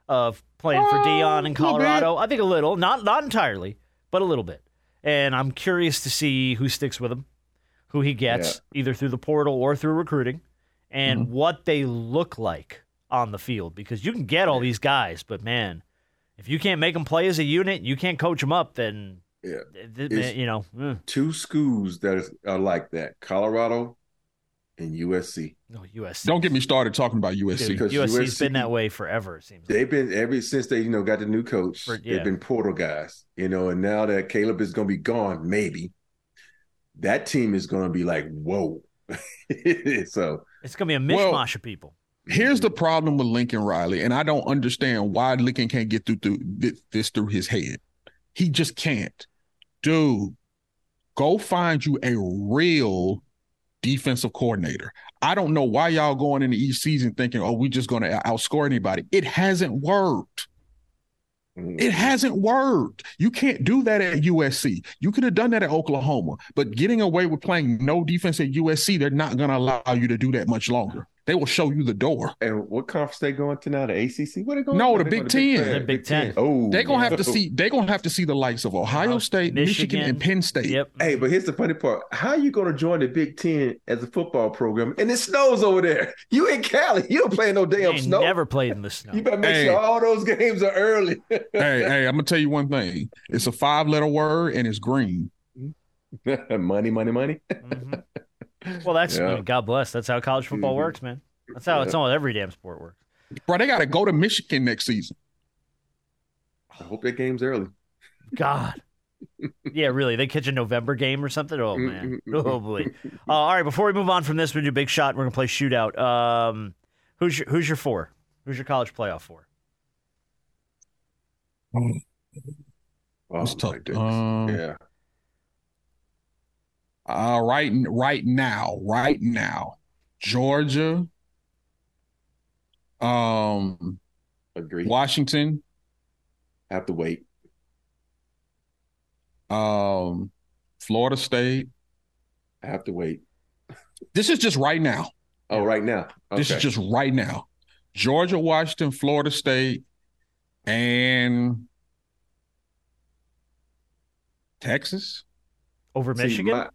[SPEAKER 4] of playing for Dion in
[SPEAKER 11] little bit.
[SPEAKER 4] Colorado. I think a little, not not entirely, but a little bit. And I'm curious to see who sticks with him, who he gets either through the portal or through recruiting, and
[SPEAKER 3] Mm-hmm.
[SPEAKER 4] what they look like on the field. Because you can get all these guys, but man, if you can't make them play as a unit, you can't coach them up, then
[SPEAKER 5] Yeah.
[SPEAKER 4] th-
[SPEAKER 5] It's
[SPEAKER 4] you know. mm.
[SPEAKER 5] Two schools that is, are like that: Colorado and USC.
[SPEAKER 4] No, USC.
[SPEAKER 3] don't get me started talking about usc
[SPEAKER 4] Dude, USC's been that way forever. It seems.
[SPEAKER 5] They've been ever since they you know got the new coach.
[SPEAKER 4] For- yeah.
[SPEAKER 5] They've been portal guys, you know, and now that Caleb is going to be gone, maybe that team is going to be like, whoa. so
[SPEAKER 4] It's gonna be a
[SPEAKER 3] Well-
[SPEAKER 4] mishmash of people.
[SPEAKER 3] Here's the problem with Lincoln Riley, and I don't understand why Lincoln can't get through, through thi- this through his head. He just can't. Dude, go find you a real defensive coordinator. I don't know why y'all going into each season thinking, "Oh, we just going to outscore anybody." It hasn't worked. It
[SPEAKER 5] Mm-hmm.
[SPEAKER 3] hasn't worked. You can't do that at USC. You could have done that at Oklahoma, but getting away with playing no defense at USC, they're not going to allow you to do that much longer. They will show you the door.
[SPEAKER 5] And what conference they going to now? The ACC? What they going?
[SPEAKER 3] No,
[SPEAKER 5] to?
[SPEAKER 3] the
[SPEAKER 5] They going to
[SPEAKER 3] Big
[SPEAKER 5] Big
[SPEAKER 3] Ten.
[SPEAKER 5] Ten. The Big Ten. Oh,
[SPEAKER 3] they're gonna have to
[SPEAKER 5] yeah.
[SPEAKER 3] see. They're gonna have to see the likes of Ohio State, Michigan, and Penn State.
[SPEAKER 4] Yep.
[SPEAKER 5] Hey, but here's the funny part: How you going to join the Big Ten as a football program, and it snows over there? You in Cali? You don't play no damn
[SPEAKER 4] They
[SPEAKER 5] snow.
[SPEAKER 4] never played in the snow.
[SPEAKER 5] You better make sure
[SPEAKER 3] Hey.
[SPEAKER 5] all those games are early.
[SPEAKER 3] hey, hey, I'm gonna tell you one thing. It's a five letter word and it's green.
[SPEAKER 5] money, money, money.
[SPEAKER 4] Mm-hmm. Well, that's
[SPEAKER 3] Yeah.
[SPEAKER 4] God bless. That's how college football
[SPEAKER 5] Mm-hmm.
[SPEAKER 3] Mhm.
[SPEAKER 4] works, man. That's how it's
[SPEAKER 3] Yeah.
[SPEAKER 4] almost every damn sport works.
[SPEAKER 3] Bro, they gotta go to Michigan next season.
[SPEAKER 5] I hope that game's early.
[SPEAKER 4] God. yeah, really. They catch a November game or something. Oh man.
[SPEAKER 5] Mm-hmm.
[SPEAKER 4] Oh boy. Uh, all right. Before we move on from this, we do big shot. We're gonna play shootout. Um, who's your who's your four? Who's your college playoff four?
[SPEAKER 5] Oh,
[SPEAKER 3] It's tough.
[SPEAKER 5] my goodness.
[SPEAKER 3] Um,
[SPEAKER 5] yeah.
[SPEAKER 3] Uh, right, right now, right now, Georgia, um,
[SPEAKER 5] agree.
[SPEAKER 3] Washington,
[SPEAKER 5] Have to wait.
[SPEAKER 3] um, Florida State.
[SPEAKER 5] I have to wait.
[SPEAKER 3] This is just right now.
[SPEAKER 5] Oh, right now.
[SPEAKER 3] This is
[SPEAKER 5] Okay.
[SPEAKER 3] just right now. Georgia, Washington, Florida State, and Texas
[SPEAKER 4] over
[SPEAKER 5] See, Michigan? my-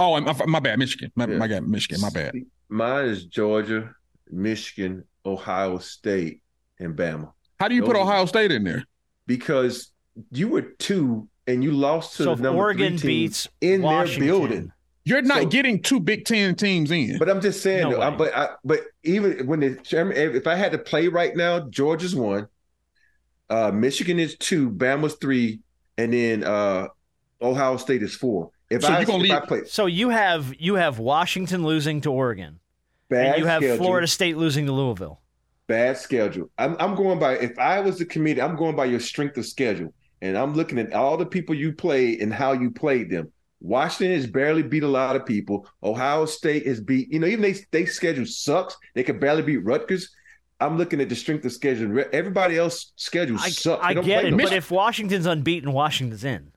[SPEAKER 3] oh, I'm, I'm- my bad, Michigan. My,
[SPEAKER 5] Yeah.
[SPEAKER 3] my bad, Michigan. My bad.
[SPEAKER 5] Mine is Georgia, Michigan, Ohio State, and Bama.
[SPEAKER 3] How do you put
[SPEAKER 5] Those-
[SPEAKER 3] Ohio State in there?
[SPEAKER 5] Because you were two and you lost to
[SPEAKER 4] So
[SPEAKER 5] the
[SPEAKER 4] if
[SPEAKER 5] number
[SPEAKER 4] Oregon
[SPEAKER 5] three team
[SPEAKER 4] beats
[SPEAKER 5] in
[SPEAKER 4] Washington-
[SPEAKER 5] their building.
[SPEAKER 3] You're not getting two Big Ten teams in.
[SPEAKER 5] But I'm just saying,
[SPEAKER 3] No
[SPEAKER 5] though, I-
[SPEAKER 3] way.
[SPEAKER 5] but I, but even when the chairman, if I had to play right now, Georgia's one, uh, Michigan is two, Bama's three, and then uh, Ohio State is four. If
[SPEAKER 4] So
[SPEAKER 5] I
[SPEAKER 4] you gonna
[SPEAKER 5] if I
[SPEAKER 4] leave-
[SPEAKER 5] play
[SPEAKER 4] So you have you have Washington losing to Oregon,
[SPEAKER 5] Bad
[SPEAKER 4] and you have
[SPEAKER 5] schedule.
[SPEAKER 4] Florida State losing to Louisville.
[SPEAKER 5] bad schedule. I'm, I'm going by if I was the committee, I'm going by your strength of schedule, and I'm looking at all the people you played and how you played them. Washington has barely beat a lot of people. Ohio State has beat, you know, even they they schedule sucks. They could barely beat Rutgers. I'm looking at the strength of schedule. Re- Everybody else schedule
[SPEAKER 4] I,
[SPEAKER 5] sucks. They
[SPEAKER 4] I
[SPEAKER 5] don't
[SPEAKER 4] get
[SPEAKER 5] play
[SPEAKER 4] it,
[SPEAKER 5] nobody.
[SPEAKER 4] but if Washington's unbeaten, Washington's in.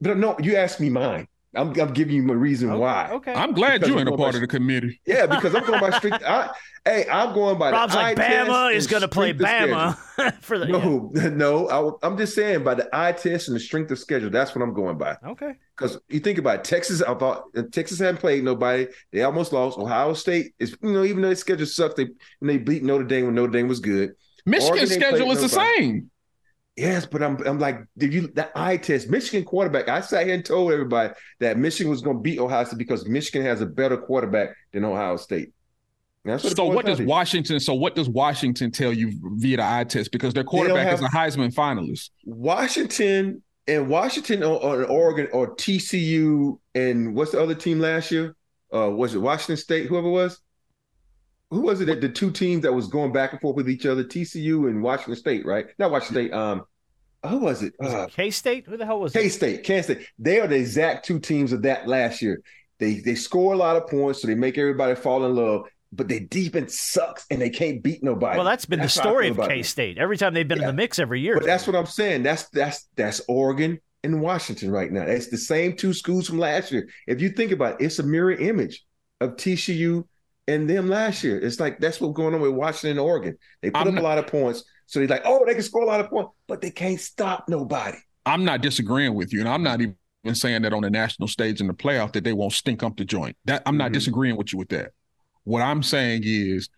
[SPEAKER 5] but no, you asked me mine. I'm, I'm giving you my reason why.
[SPEAKER 4] okay.
[SPEAKER 3] I'm glad
[SPEAKER 5] Because
[SPEAKER 3] you
[SPEAKER 5] I'm
[SPEAKER 3] ain't a
[SPEAKER 5] going by
[SPEAKER 3] part of the committee.
[SPEAKER 5] Yeah, because I'm going by strict. I, hey, I'm going by.
[SPEAKER 4] Rob's
[SPEAKER 5] the
[SPEAKER 4] like,
[SPEAKER 5] eye test
[SPEAKER 4] Bama
[SPEAKER 5] and
[SPEAKER 4] is going to play
[SPEAKER 5] strength of schedule.
[SPEAKER 4] Bama for the.
[SPEAKER 5] No, no. I, am just saying by the eye test and the strength of schedule. That's what I'm going by.
[SPEAKER 4] Okay.
[SPEAKER 5] Because you think about it, Texas. I thought Texas hadn't played nobody. They almost lost. Ohio State is you know even though their schedule sucked, they and they beat Notre Dame when Notre Dame was good. Oregon
[SPEAKER 3] Michigan's
[SPEAKER 5] ain't played
[SPEAKER 3] schedule is the
[SPEAKER 5] nobody.
[SPEAKER 3] same.
[SPEAKER 5] Yes, but I'm I'm like, did you the eye test? Michigan quarterback. I sat here and told everybody that Michigan was going to beat Ohio State because Michigan has a better quarterback than Ohio State. And that's what it
[SPEAKER 3] So
[SPEAKER 5] boils
[SPEAKER 3] what
[SPEAKER 5] down
[SPEAKER 3] does
[SPEAKER 5] to.
[SPEAKER 3] Washington? So what does Washington tell you via the eye test? Because their quarterback is a
[SPEAKER 5] have-
[SPEAKER 3] Heisman finalist.
[SPEAKER 5] Washington and Washington or, or Oregon or TCU and what's the other team last year? Uh, was it Washington State? Whoever it was, who was it? that The two teams that was going back and forth with each other, TCU and Washington State, right? Not Washington State. Um, who was it? Uh,
[SPEAKER 4] K State? Who the hell was it?
[SPEAKER 5] K State, Kansas State. They are the exact two teams of that last year. They they score a lot of points, so they make everybody fall in love. But their defense sucks, and they can't beat nobody.
[SPEAKER 4] Well, that's been the
[SPEAKER 5] how I
[SPEAKER 4] story
[SPEAKER 5] feel
[SPEAKER 4] of
[SPEAKER 5] about it.
[SPEAKER 4] K State. Every time they've been in the mix every year.
[SPEAKER 5] But that's what I'm saying. That's that's that's Oregon and Washington right now. It's the same two schools from last year. If you think about it, it's a mirror image of TCU and them last year. It's like that's what's going on with Washington and Oregon. They put
[SPEAKER 3] I'm
[SPEAKER 5] up
[SPEAKER 3] not-
[SPEAKER 5] a lot of points, so they're like, oh, they can score a lot of points, but they can't stop nobody.
[SPEAKER 3] I'm not disagreeing with you, and I'm not even saying that on the national stage in the playoff that they won't stink up the joint. That I'm not disagreeing with you with that. What I'm saying is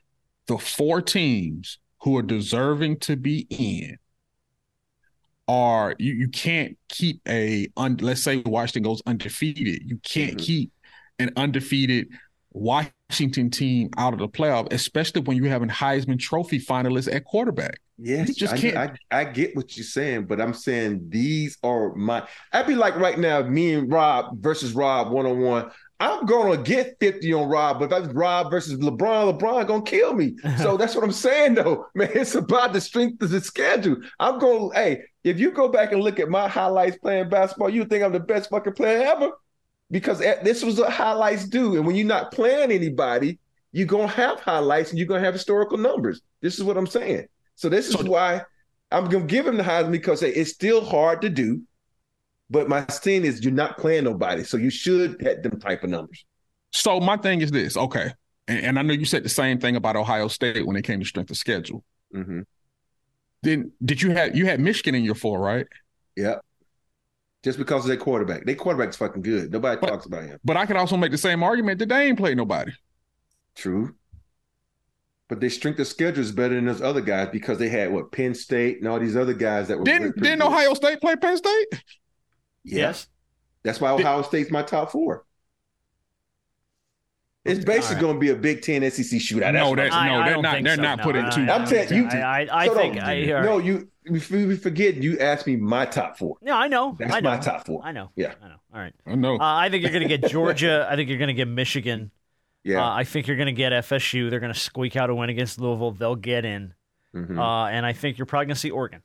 [SPEAKER 3] the four teams who are deserving to be in are you, you can't keep a un, let's say Washington goes undefeated. You can't keep an undefeated Washington team out of the playoff, especially when you have a Heisman Trophy finalist at quarterback.
[SPEAKER 5] Yes,
[SPEAKER 3] You just
[SPEAKER 5] I,
[SPEAKER 3] can't-
[SPEAKER 5] I, I get what you're saying, but I'm saying these are my. I'd be like right now, if me and Rob versus Rob one on one. I'm gonna get 50 on Rob, but if that's Rob versus LeBron, LeBron gonna kill me. So that's what I'm saying, though, man. It's about the strength of the schedule. I'm gonna, hey, if you go back and look at my highlights playing basketball, you think I'm the best fucking player ever because at- this was what highlights do. And when you're not playing anybody, you're gonna have highlights and you're gonna have historical numbers. This is what I'm saying. So this is why I'm gonna give him the Heisman because hey, it's still hard to do. But my sin is you're not playing nobody, so you should get them type of numbers.
[SPEAKER 3] So my thing is this, okay, and, and I know you said the same thing about Ohio State when it came to strength of schedule.
[SPEAKER 5] Mm-hmm.
[SPEAKER 3] Then did you have you had Michigan in your four, right?
[SPEAKER 5] Yeah. Just because of their quarterback, their quarterback's fucking good. Nobody talks about him.
[SPEAKER 3] But I could also make the same argument that they ain't played nobody.
[SPEAKER 5] True. But their strength of schedule is better than those other guys because they had what Penn State and all these other guys that were
[SPEAKER 3] Didn't
[SPEAKER 5] pretty
[SPEAKER 3] didn't
[SPEAKER 5] good.
[SPEAKER 3] Ohio State play Penn State?
[SPEAKER 5] Yeah. That's why Ohio State's my top four. It's basically going to be a Big Ten SEC shootout.
[SPEAKER 3] No,
[SPEAKER 5] what
[SPEAKER 3] that's-
[SPEAKER 5] I'm
[SPEAKER 3] no,
[SPEAKER 5] saying.
[SPEAKER 3] they're not- they're not putting two-
[SPEAKER 5] I'm telling you.
[SPEAKER 4] I, I, I
[SPEAKER 5] hold
[SPEAKER 4] think.
[SPEAKER 5] on.
[SPEAKER 4] I, all
[SPEAKER 5] no,
[SPEAKER 4] right.
[SPEAKER 5] you. We we forget you asked me my top four.
[SPEAKER 4] No, I know.
[SPEAKER 5] That's
[SPEAKER 4] I know.
[SPEAKER 5] my top four.
[SPEAKER 4] I know.
[SPEAKER 5] Yeah,
[SPEAKER 4] I know. All right.
[SPEAKER 3] I know.
[SPEAKER 4] Uh, I think you're going to get Georgia. I think you're going to get Michigan.
[SPEAKER 5] Yeah.
[SPEAKER 4] Uh, I think you're going to get FSU. They're going to squeak out a win against Louisville. They'll get in.
[SPEAKER 5] Mhm.
[SPEAKER 4] Uh, and I think you're probably going to see Oregon.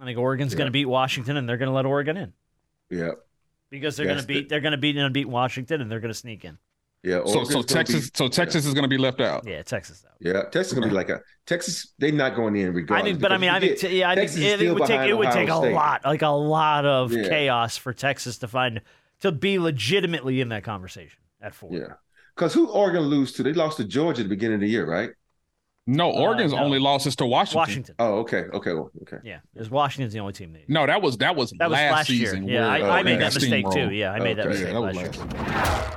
[SPEAKER 4] I think Oregon's
[SPEAKER 5] Yeah.
[SPEAKER 4] going to beat Washington, and they're going to let Oregon in
[SPEAKER 5] yeah,
[SPEAKER 4] because they're going to
[SPEAKER 5] That's
[SPEAKER 4] beat. They're going to beat and beat Washington, and they're going to sneak in.
[SPEAKER 5] yeah.
[SPEAKER 3] So
[SPEAKER 5] Oregon's
[SPEAKER 3] so
[SPEAKER 5] gonna be-
[SPEAKER 3] Texas so Texas is gonna be left
[SPEAKER 5] Uh,
[SPEAKER 3] out.
[SPEAKER 4] Yeah, Texas. Though.
[SPEAKER 5] Yeah, Texas going to be like a Texas. They're not going in
[SPEAKER 4] I
[SPEAKER 5] regardless.
[SPEAKER 4] think, but I
[SPEAKER 5] because
[SPEAKER 4] mean, I think,
[SPEAKER 5] forget
[SPEAKER 4] t- yeah, I think
[SPEAKER 5] Texas is
[SPEAKER 4] it, it
[SPEAKER 5] still
[SPEAKER 4] would take
[SPEAKER 5] behind
[SPEAKER 4] it would
[SPEAKER 5] Ohio
[SPEAKER 4] take a
[SPEAKER 5] State.
[SPEAKER 4] lot, like a lot of
[SPEAKER 5] Yeah.
[SPEAKER 4] chaos for Texas to find to be legitimately in that conversation at four.
[SPEAKER 5] Yeah, because who Oregon lose to? They lost to Georgia at the beginning of the year, right?
[SPEAKER 3] No, Oregon's
[SPEAKER 4] Uh, no.
[SPEAKER 3] only losses to Washington.
[SPEAKER 4] Washington.
[SPEAKER 5] Oh, okay, okay, well, okay.
[SPEAKER 4] Yeah, because Washington's the only team they.
[SPEAKER 3] No, that was that was
[SPEAKER 4] That was
[SPEAKER 3] last,
[SPEAKER 4] last year.
[SPEAKER 3] season.
[SPEAKER 4] Yeah,
[SPEAKER 3] where
[SPEAKER 4] I-
[SPEAKER 3] they
[SPEAKER 5] uh,
[SPEAKER 4] I made
[SPEAKER 3] got
[SPEAKER 4] that mistake too.
[SPEAKER 3] steamrolled.
[SPEAKER 4] Yeah, I made that Okay. mistake
[SPEAKER 3] that was
[SPEAKER 4] last year.
[SPEAKER 3] last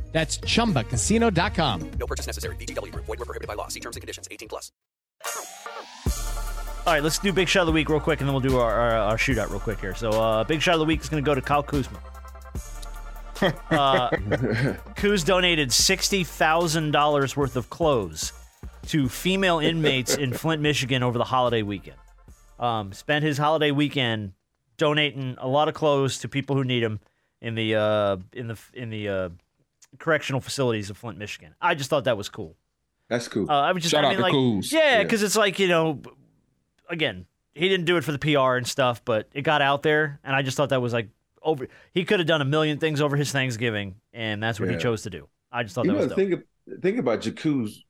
[SPEAKER 11] That's chumbacasino.com.
[SPEAKER 12] No purchase necessary. BGW. Void were prohibited by law. See terms and conditions. 18 plus.
[SPEAKER 4] All right, let's do Big Shot of the Week real quick, and then we'll do our, our, our shootout real quick here. So, uh, Big Shot of the Week is going to go to Kyle Kuzma. Uh, Kuz donated $60,000 worth of clothes to female inmates in Flint, Michigan over the holiday weekend. Um, spent his holiday weekend donating a lot of clothes to people who need them in the, uh, in the, in the uh, correctional facilities of Flint, Michigan. I just thought that was cool.
[SPEAKER 5] That's cool.
[SPEAKER 4] Uh, I was just,
[SPEAKER 5] Shout
[SPEAKER 4] I
[SPEAKER 5] out
[SPEAKER 4] mean,
[SPEAKER 5] to
[SPEAKER 4] like,
[SPEAKER 5] Kuz.
[SPEAKER 4] yeah, because it's like you know, again, he didn't do it for the PR and stuff, but it got out there, and I just thought that was like over. He could have done a million things over his Thanksgiving, and that's what
[SPEAKER 5] Yeah.
[SPEAKER 4] he chose to do. I just thought
[SPEAKER 5] you
[SPEAKER 4] that was
[SPEAKER 5] know,
[SPEAKER 4] dope.
[SPEAKER 5] think of- think about jacuzzi.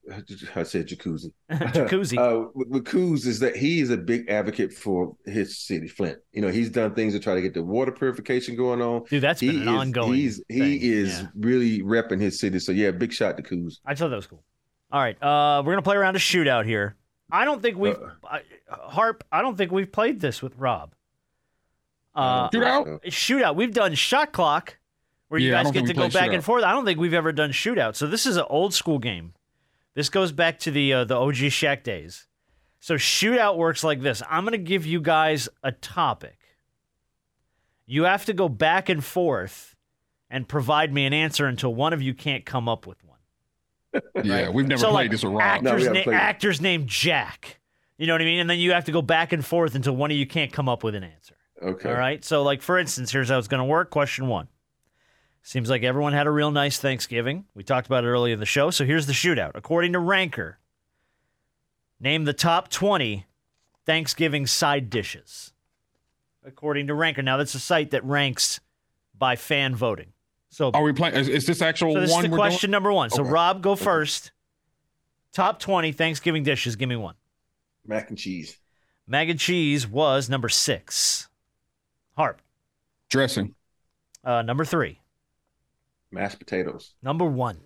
[SPEAKER 5] I said jacuzzi.
[SPEAKER 4] Jacuzzi.
[SPEAKER 5] uh, with- with Kuz is that he is a big advocate for his city, Flint. You know, he's done things to try to get the water purification going on.
[SPEAKER 4] Dude, that's
[SPEAKER 5] he
[SPEAKER 4] been an ongoing
[SPEAKER 5] He's,
[SPEAKER 4] thing,
[SPEAKER 5] he is
[SPEAKER 4] yeah.
[SPEAKER 5] really repping his city. So yeah, big shot to Kuz.
[SPEAKER 4] I just thought that was cool. All right, uh, we're gonna play around a shootout here. I don't think we've I, harp. I don't think we've played this with Rob. Uh,
[SPEAKER 3] Shootout?
[SPEAKER 4] shootout. We've done shot clock, where you
[SPEAKER 3] Yeah, I
[SPEAKER 4] guys
[SPEAKER 3] don't
[SPEAKER 4] get
[SPEAKER 3] think
[SPEAKER 4] to
[SPEAKER 3] we
[SPEAKER 4] go
[SPEAKER 3] played
[SPEAKER 4] back and
[SPEAKER 3] shootout.
[SPEAKER 4] forth. I don't think we've ever done shootout. So this is an old school game. This goes back to the uh, the OG Shaq days. So shootout works like this. I'm gonna give you guys a topic. You have to go back and forth and provide me an answer until one of you can't come up with one.
[SPEAKER 3] Yeah, we've never
[SPEAKER 4] so
[SPEAKER 3] played
[SPEAKER 4] like,
[SPEAKER 3] this around.
[SPEAKER 4] Actors, na- actors named Jack. You know what I mean? And then you have to go back and forth until one of you can't come up with an answer.
[SPEAKER 5] Okay.
[SPEAKER 4] All right. So, like for instance, here's how it's going to work. Question one. Seems like everyone had a real nice Thanksgiving. We talked about it earlier in the show. So here's the shootout. According to Ranker, name the top 20 Thanksgiving side dishes. According to Ranker. Now that's a site that ranks by fan voting. So
[SPEAKER 3] Are we playing? Is, is this actual
[SPEAKER 4] so this
[SPEAKER 3] Oh, one?
[SPEAKER 4] is the
[SPEAKER 3] we're
[SPEAKER 4] question
[SPEAKER 3] doing?
[SPEAKER 4] number one. So
[SPEAKER 3] Okay.
[SPEAKER 4] Rob, go first. Top twenty Thanksgiving dishes. Give me one.
[SPEAKER 5] Mac and cheese.
[SPEAKER 4] Mac and cheese was number six. Harp,
[SPEAKER 3] dressing.
[SPEAKER 4] uh, number three.
[SPEAKER 5] Mashed potatoes.
[SPEAKER 4] Number one.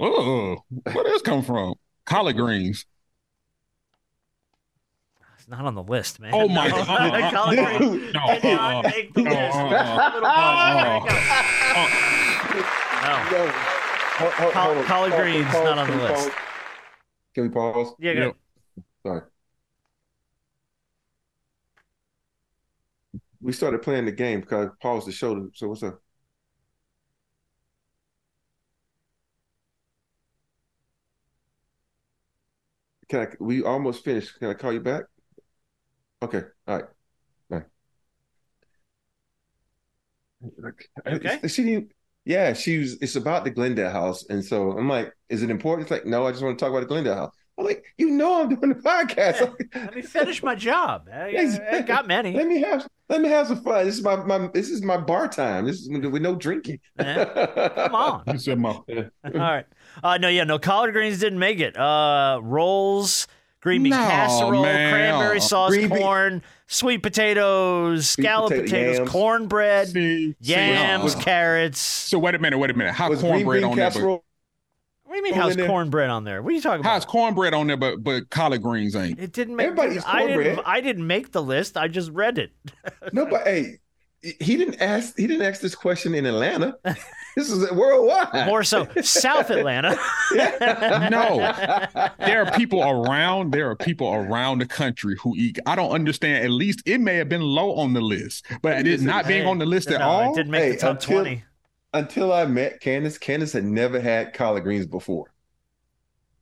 [SPEAKER 3] Oh, where this come from? Collard greens.
[SPEAKER 4] It's not on the list, man.
[SPEAKER 3] Oh my
[SPEAKER 4] No.
[SPEAKER 3] God.
[SPEAKER 4] Collard
[SPEAKER 3] No.
[SPEAKER 4] greens
[SPEAKER 3] No,
[SPEAKER 4] did not
[SPEAKER 3] uh-uh.
[SPEAKER 4] make the
[SPEAKER 3] No,
[SPEAKER 4] list.
[SPEAKER 3] uh-uh.
[SPEAKER 4] Little
[SPEAKER 3] oh.
[SPEAKER 4] ball. No.
[SPEAKER 5] Ho- ho-
[SPEAKER 4] Col-
[SPEAKER 5] hold on.
[SPEAKER 4] collard
[SPEAKER 5] Pause,
[SPEAKER 4] greens
[SPEAKER 5] pause,
[SPEAKER 4] not on
[SPEAKER 5] can
[SPEAKER 4] the
[SPEAKER 5] we
[SPEAKER 4] list.
[SPEAKER 5] pause? Can we pause?
[SPEAKER 4] Yeah, go ahead.
[SPEAKER 5] Sorry. We started playing the game because I paused the show. So what's up? Can I? We almost finished. Can I call you back? Okay. All right. All right. Okay. She didn't. Yeah, she was. It's about the Glendale house, and so I'm like, "Is it important?" It's like, "No, I just want to talk about the Glendale house." I'm like, "You know, I'm doing the podcast.
[SPEAKER 4] Let me finish my job. I, I- I got many.
[SPEAKER 5] Let me have. Let me have some fun. This is my my. This is my bar time. This is with no drinking.
[SPEAKER 4] Come on.
[SPEAKER 3] You said my.
[SPEAKER 4] All right. Uh, no, yeah, no. Collard greens didn't make it. Uh, rolls, green bean
[SPEAKER 3] No,
[SPEAKER 4] casserole,
[SPEAKER 3] man. Oh.
[SPEAKER 4] cranberry sauce,
[SPEAKER 5] Green bean-
[SPEAKER 4] corn, sweet potatoes, scalloped
[SPEAKER 5] potato-
[SPEAKER 4] potatoes,
[SPEAKER 5] yams.
[SPEAKER 4] cornbread,
[SPEAKER 3] See, see,
[SPEAKER 4] yams,
[SPEAKER 3] no.
[SPEAKER 4] carrots.
[SPEAKER 3] So wait a minute, wait a minute. How
[SPEAKER 5] Was green
[SPEAKER 3] cornbread
[SPEAKER 5] bean
[SPEAKER 3] on there?
[SPEAKER 5] casserole?
[SPEAKER 4] What do you mean?
[SPEAKER 3] Throw
[SPEAKER 4] How's
[SPEAKER 3] in there.
[SPEAKER 4] cornbread on there? What are you talking
[SPEAKER 3] But,
[SPEAKER 4] about?
[SPEAKER 3] how's cornbread on there? But but collard greens ain't.
[SPEAKER 4] it didn't make.
[SPEAKER 5] Everybody eats
[SPEAKER 4] I didn't.
[SPEAKER 5] cornbread.
[SPEAKER 4] I didn't make the list. I just read it.
[SPEAKER 5] No, but hey, he didn't ask. He didn't ask this question in Atlanta. This is worldwide.
[SPEAKER 4] More so, South Atlanta.
[SPEAKER 3] No, there are people around. There are people around the country who eat. I don't understand. At least it may have been low on the list, but it is not being on the list at
[SPEAKER 4] No, It
[SPEAKER 3] all.
[SPEAKER 4] didn't make
[SPEAKER 5] Hey,
[SPEAKER 4] the top
[SPEAKER 5] until-
[SPEAKER 4] twenty.
[SPEAKER 5] Until I met Candace, Candace had never had collard greens before.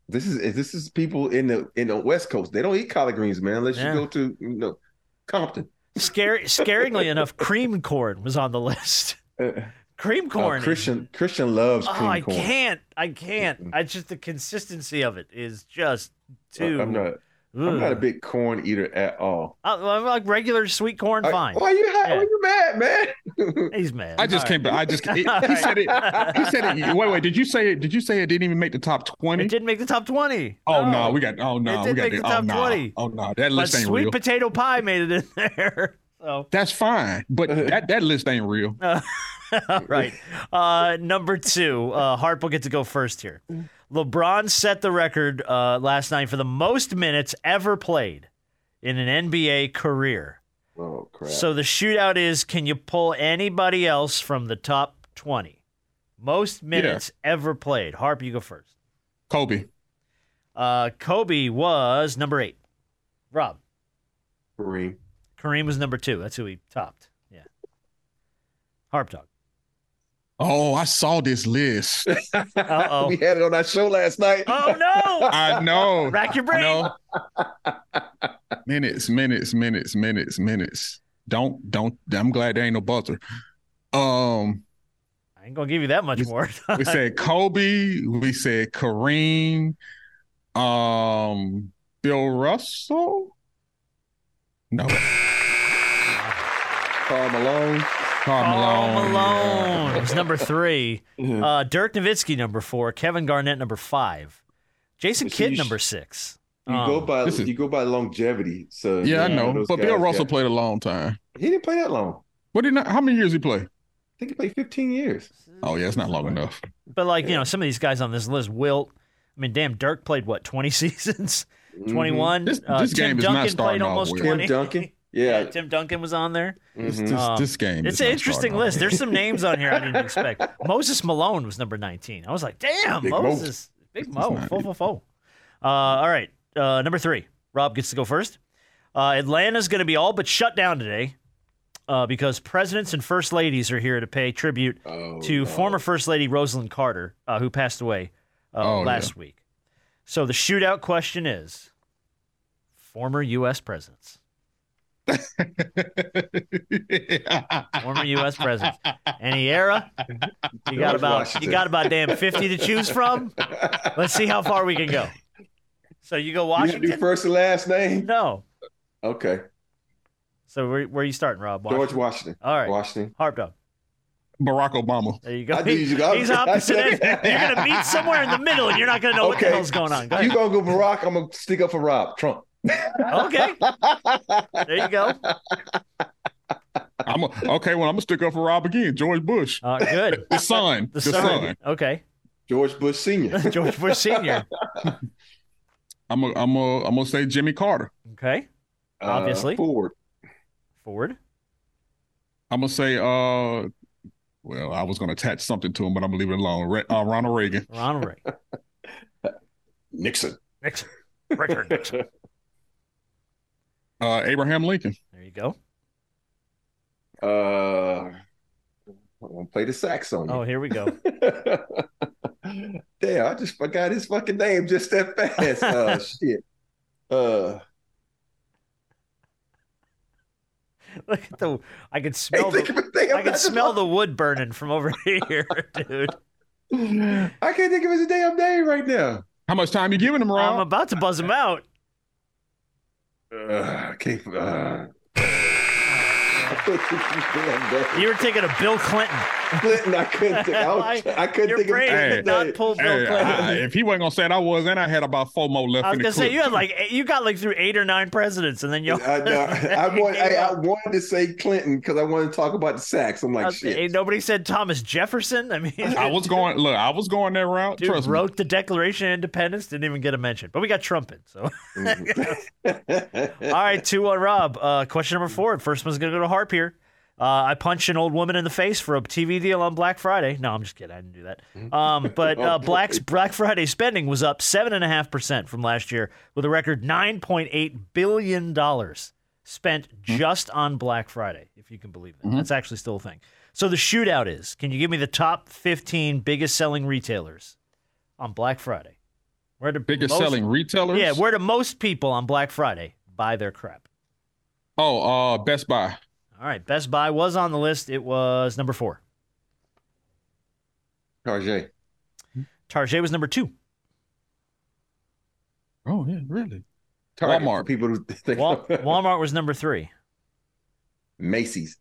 [SPEAKER 5] This is this is people in the in the West Coast. They don't eat collard greens, man, unless
[SPEAKER 4] Yeah.
[SPEAKER 5] you go to you know Compton.
[SPEAKER 4] Scary, scaringly enough, cream corn was on the list.
[SPEAKER 3] Oh,
[SPEAKER 4] Cream
[SPEAKER 5] Uh,
[SPEAKER 4] corn. is-
[SPEAKER 5] Christian Christian loves
[SPEAKER 4] Oh,
[SPEAKER 5] cream
[SPEAKER 4] I
[SPEAKER 5] corn.
[SPEAKER 4] can't. I can't. I just the consistency of it is just
[SPEAKER 3] Uh,
[SPEAKER 5] I-
[SPEAKER 4] too.
[SPEAKER 5] I'm not. I'm
[SPEAKER 4] Hmm.
[SPEAKER 5] not a big corn eater at all.
[SPEAKER 4] I, am Uh, like regular sweet corn, fine.
[SPEAKER 5] I, why you ha-
[SPEAKER 4] Yeah.
[SPEAKER 5] why you mad, man?
[SPEAKER 4] He's mad.
[SPEAKER 3] oh, I just
[SPEAKER 4] All
[SPEAKER 3] can't.
[SPEAKER 4] right.
[SPEAKER 3] be- I just. It,
[SPEAKER 4] All
[SPEAKER 3] he
[SPEAKER 4] right.
[SPEAKER 3] said it. He said it. Wait, wait. Did you say it? Did you say it didn't even make the top
[SPEAKER 4] It
[SPEAKER 3] twenty?
[SPEAKER 4] didn't make the top twenty.
[SPEAKER 3] Oh no, we got. Oh
[SPEAKER 4] It
[SPEAKER 3] no, we
[SPEAKER 4] didn't
[SPEAKER 3] got.
[SPEAKER 4] make
[SPEAKER 3] to-
[SPEAKER 4] the
[SPEAKER 3] Oh
[SPEAKER 4] top
[SPEAKER 3] no.
[SPEAKER 4] 20.
[SPEAKER 3] Oh no, that
[SPEAKER 4] But
[SPEAKER 3] list ain't
[SPEAKER 4] sweet
[SPEAKER 3] real.
[SPEAKER 4] potato pie made it in there. So
[SPEAKER 3] That's fine, but that that list ain't real.
[SPEAKER 4] all right. Uh, number two, uh, Harp will get to go first here. LeBron set the record uh, last night for the most minutes ever played in an NBA career.
[SPEAKER 5] Oh crap!
[SPEAKER 4] So the shootout is can you pull anybody else from the top 20? Most minutes ever played. Harp, you go first.
[SPEAKER 3] Kobe.
[SPEAKER 4] Uh, Kobe was number eight. Rob.
[SPEAKER 5] Kareem.
[SPEAKER 4] Kareem was number two. That's who he topped. Yeah. Harp dog.
[SPEAKER 3] Oh, I saw this list.
[SPEAKER 4] Uh-oh.
[SPEAKER 5] we had it on our show last night.
[SPEAKER 4] Oh no!
[SPEAKER 3] I know.
[SPEAKER 4] Rack your brain.
[SPEAKER 3] No. minutes, minutes, minutes, minutes, minutes. Don't don't I'm glad there ain't no buzzer. Um
[SPEAKER 4] I ain't gonna give you that much more.
[SPEAKER 3] we said Kobe, we said Kareem, um Bill Russell. No.
[SPEAKER 5] Carl Malone.
[SPEAKER 3] Carl Malone.
[SPEAKER 4] Malone was number three. Uh, Dirk Nowitzki number four. Kevin Garnett number five. Jason
[SPEAKER 5] So
[SPEAKER 4] Kidd
[SPEAKER 5] you sh-
[SPEAKER 4] number six.
[SPEAKER 5] You
[SPEAKER 4] Um,
[SPEAKER 5] go by
[SPEAKER 3] This is-
[SPEAKER 5] you go by longevity. So
[SPEAKER 3] Yeah, I
[SPEAKER 5] you
[SPEAKER 3] know.
[SPEAKER 5] those
[SPEAKER 3] But Bill
[SPEAKER 5] guys
[SPEAKER 3] Russell
[SPEAKER 5] got-
[SPEAKER 3] played a long time.
[SPEAKER 5] He didn't play that long.
[SPEAKER 3] What did not, how many years he play?
[SPEAKER 5] I think he played 15 years.
[SPEAKER 3] Oh yeah, it's not
[SPEAKER 4] Mm-hmm.
[SPEAKER 3] long enough.
[SPEAKER 4] But like you know, some of these guys on this list, Wilt. I mean, damn, Dirk played what twenty seasons, twenty one.
[SPEAKER 3] Mm-hmm. This-
[SPEAKER 4] uh,
[SPEAKER 3] this
[SPEAKER 4] Tim
[SPEAKER 3] game is not
[SPEAKER 4] Duncan
[SPEAKER 3] starting
[SPEAKER 4] played
[SPEAKER 3] off
[SPEAKER 4] almost
[SPEAKER 3] well.
[SPEAKER 5] Mm-hmm. Tim
[SPEAKER 4] Mm-hmm. twenty.
[SPEAKER 5] Duncan. Yeah.
[SPEAKER 4] Tim Duncan was on there.
[SPEAKER 3] This,
[SPEAKER 5] Mhm.
[SPEAKER 3] this, this game.
[SPEAKER 4] Uh, It's
[SPEAKER 3] is
[SPEAKER 4] an
[SPEAKER 3] not
[SPEAKER 4] interesting
[SPEAKER 3] starting off
[SPEAKER 4] list.
[SPEAKER 3] well.
[SPEAKER 4] There's some names on here I didn't expect. Moses Malone was number 19. I was like, damn,
[SPEAKER 5] Big Mo.
[SPEAKER 4] Moses. Big Mo.
[SPEAKER 3] not
[SPEAKER 4] Fo, fo, fo. Uh, all right. Uh, number three. Rob gets to go first. Uh, Atlanta's going to be all but shut down today uh, because presidents and first ladies are here to pay tribute
[SPEAKER 5] Oh,
[SPEAKER 4] to
[SPEAKER 5] no.
[SPEAKER 4] former First Lady Rosalind Carter, uh, who passed away uh,
[SPEAKER 3] Oh,
[SPEAKER 4] last week. So the shootout question is former U.S. presidents. former U.S. presidents. Any era, you got
[SPEAKER 5] George
[SPEAKER 4] about
[SPEAKER 5] Washington.
[SPEAKER 4] you got about damn fifty to choose from. Let's see how far we can go. So you go
[SPEAKER 5] You have to do
[SPEAKER 4] Washington?
[SPEAKER 5] first and last name.
[SPEAKER 4] No.
[SPEAKER 5] Okay.
[SPEAKER 4] So where, where are you starting, Rob?
[SPEAKER 5] George Washington.
[SPEAKER 4] All right.
[SPEAKER 5] Washington.
[SPEAKER 4] Harp dog.
[SPEAKER 3] Barack Obama.
[SPEAKER 4] There you go.
[SPEAKER 5] I knew you got-
[SPEAKER 4] He's opposite.
[SPEAKER 5] I
[SPEAKER 4] ends.
[SPEAKER 5] said-
[SPEAKER 4] You're gonna meet somewhere in the middle, and you're not gonna know what the
[SPEAKER 5] Okay.
[SPEAKER 4] hell's going on. Go
[SPEAKER 5] You
[SPEAKER 4] ahead.
[SPEAKER 5] gonna go Barack? I'm gonna stick up for Rob Trump.
[SPEAKER 4] Okay. There you go.
[SPEAKER 3] I'm a, okay. Well, I'm gonna stick up for Rob again. George Bush,
[SPEAKER 4] Uh, good.
[SPEAKER 3] the son,
[SPEAKER 4] The
[SPEAKER 3] the,
[SPEAKER 4] son.
[SPEAKER 3] son.
[SPEAKER 4] Okay.
[SPEAKER 5] George Bush Senior. Uh,
[SPEAKER 4] George Bush Senior.
[SPEAKER 3] I'm a, I'm a, I'm gonna say Jimmy Carter.
[SPEAKER 4] Okay. Obviously.
[SPEAKER 5] Uh, Ford.
[SPEAKER 4] Ford.
[SPEAKER 3] I'm gonna say uh, well, I was gonna attach something to him, but I'm gonna leave it alone. Re- uh, Ronald Reagan.
[SPEAKER 4] Ronald Reagan.
[SPEAKER 5] Nixon.
[SPEAKER 4] Nixon. Richard Nixon.
[SPEAKER 3] Uh, Abraham Lincoln.
[SPEAKER 4] There you go.
[SPEAKER 5] Uh, I'm gonna play the sax on you.
[SPEAKER 4] Oh, here we go.
[SPEAKER 5] Damn, I just forgot his fucking name just that fast. Oh shit. Uh,
[SPEAKER 4] Look at the. I can smell
[SPEAKER 5] hey,
[SPEAKER 4] the.
[SPEAKER 5] think of it, think
[SPEAKER 4] I can smell the wood burning from over here, dude.
[SPEAKER 5] the. I can't think of his damn name right now.
[SPEAKER 3] How much time you giving him,
[SPEAKER 4] I'm
[SPEAKER 3] Rob?
[SPEAKER 4] about to buzz him out.
[SPEAKER 5] Uh, I can't. Uh, I couldn't think of his damn name.
[SPEAKER 4] You were thinking of Bill Clinton.
[SPEAKER 5] Clinton, I couldn't think. I, was, I couldn't
[SPEAKER 4] Your
[SPEAKER 5] think
[SPEAKER 4] brain
[SPEAKER 5] of
[SPEAKER 4] did
[SPEAKER 5] his damn
[SPEAKER 4] not
[SPEAKER 5] name.
[SPEAKER 4] pull Bill
[SPEAKER 3] Hey,
[SPEAKER 4] Clinton.
[SPEAKER 3] I- if he wasn't gonna say it, I was, and I had about four more left.
[SPEAKER 4] I was
[SPEAKER 3] in the
[SPEAKER 4] gonna say
[SPEAKER 3] clip.
[SPEAKER 4] you had like eight- you got like through eight or nine presidents, and then you.
[SPEAKER 5] I, know. I, want, I, I wanted to say Clinton because I wanted to talk about the sacks. I'm like, shit.
[SPEAKER 4] Hey, Uh, eh, nobody said Thomas Jefferson. I mean,
[SPEAKER 3] I was going. Look, I was going that route.
[SPEAKER 4] dude
[SPEAKER 3] Trust me.
[SPEAKER 4] wrote the Declaration of Independence, didn't even get a mention. But we got trumpet. So all right, two one Rob. Uh, question number four. First one's gonna go to Harp here. Uh, I punched an old woman in the face for a TV deal on Black Friday. No, I'm just kidding. I didn't do
[SPEAKER 3] Mm-hmm.
[SPEAKER 4] that. Um, but
[SPEAKER 3] Oh,
[SPEAKER 4] uh, Black's Black Friday spending was up seven and a half percent from last year, with a record nine point eight billion dollars spent
[SPEAKER 3] Mm-hmm.
[SPEAKER 4] just on Black Friday. If you can believe that, that's actually still a thing. So the shootout is: Can you give me the top fifteen biggest selling retailers on Black Friday? Where the
[SPEAKER 3] Biggest
[SPEAKER 4] most-
[SPEAKER 3] selling retailers.
[SPEAKER 4] Yeah, where do most people on Black Friday buy their crap?
[SPEAKER 3] Oh, uh, Best Buy.
[SPEAKER 4] All right, Best Buy was on the list. It was number four.
[SPEAKER 5] Tarjay.
[SPEAKER 4] Target was number two.
[SPEAKER 3] Oh yeah, really?
[SPEAKER 5] Target,
[SPEAKER 3] Walmart.
[SPEAKER 5] People who think
[SPEAKER 4] Wal- Walmart was number three.
[SPEAKER 5] Macy's.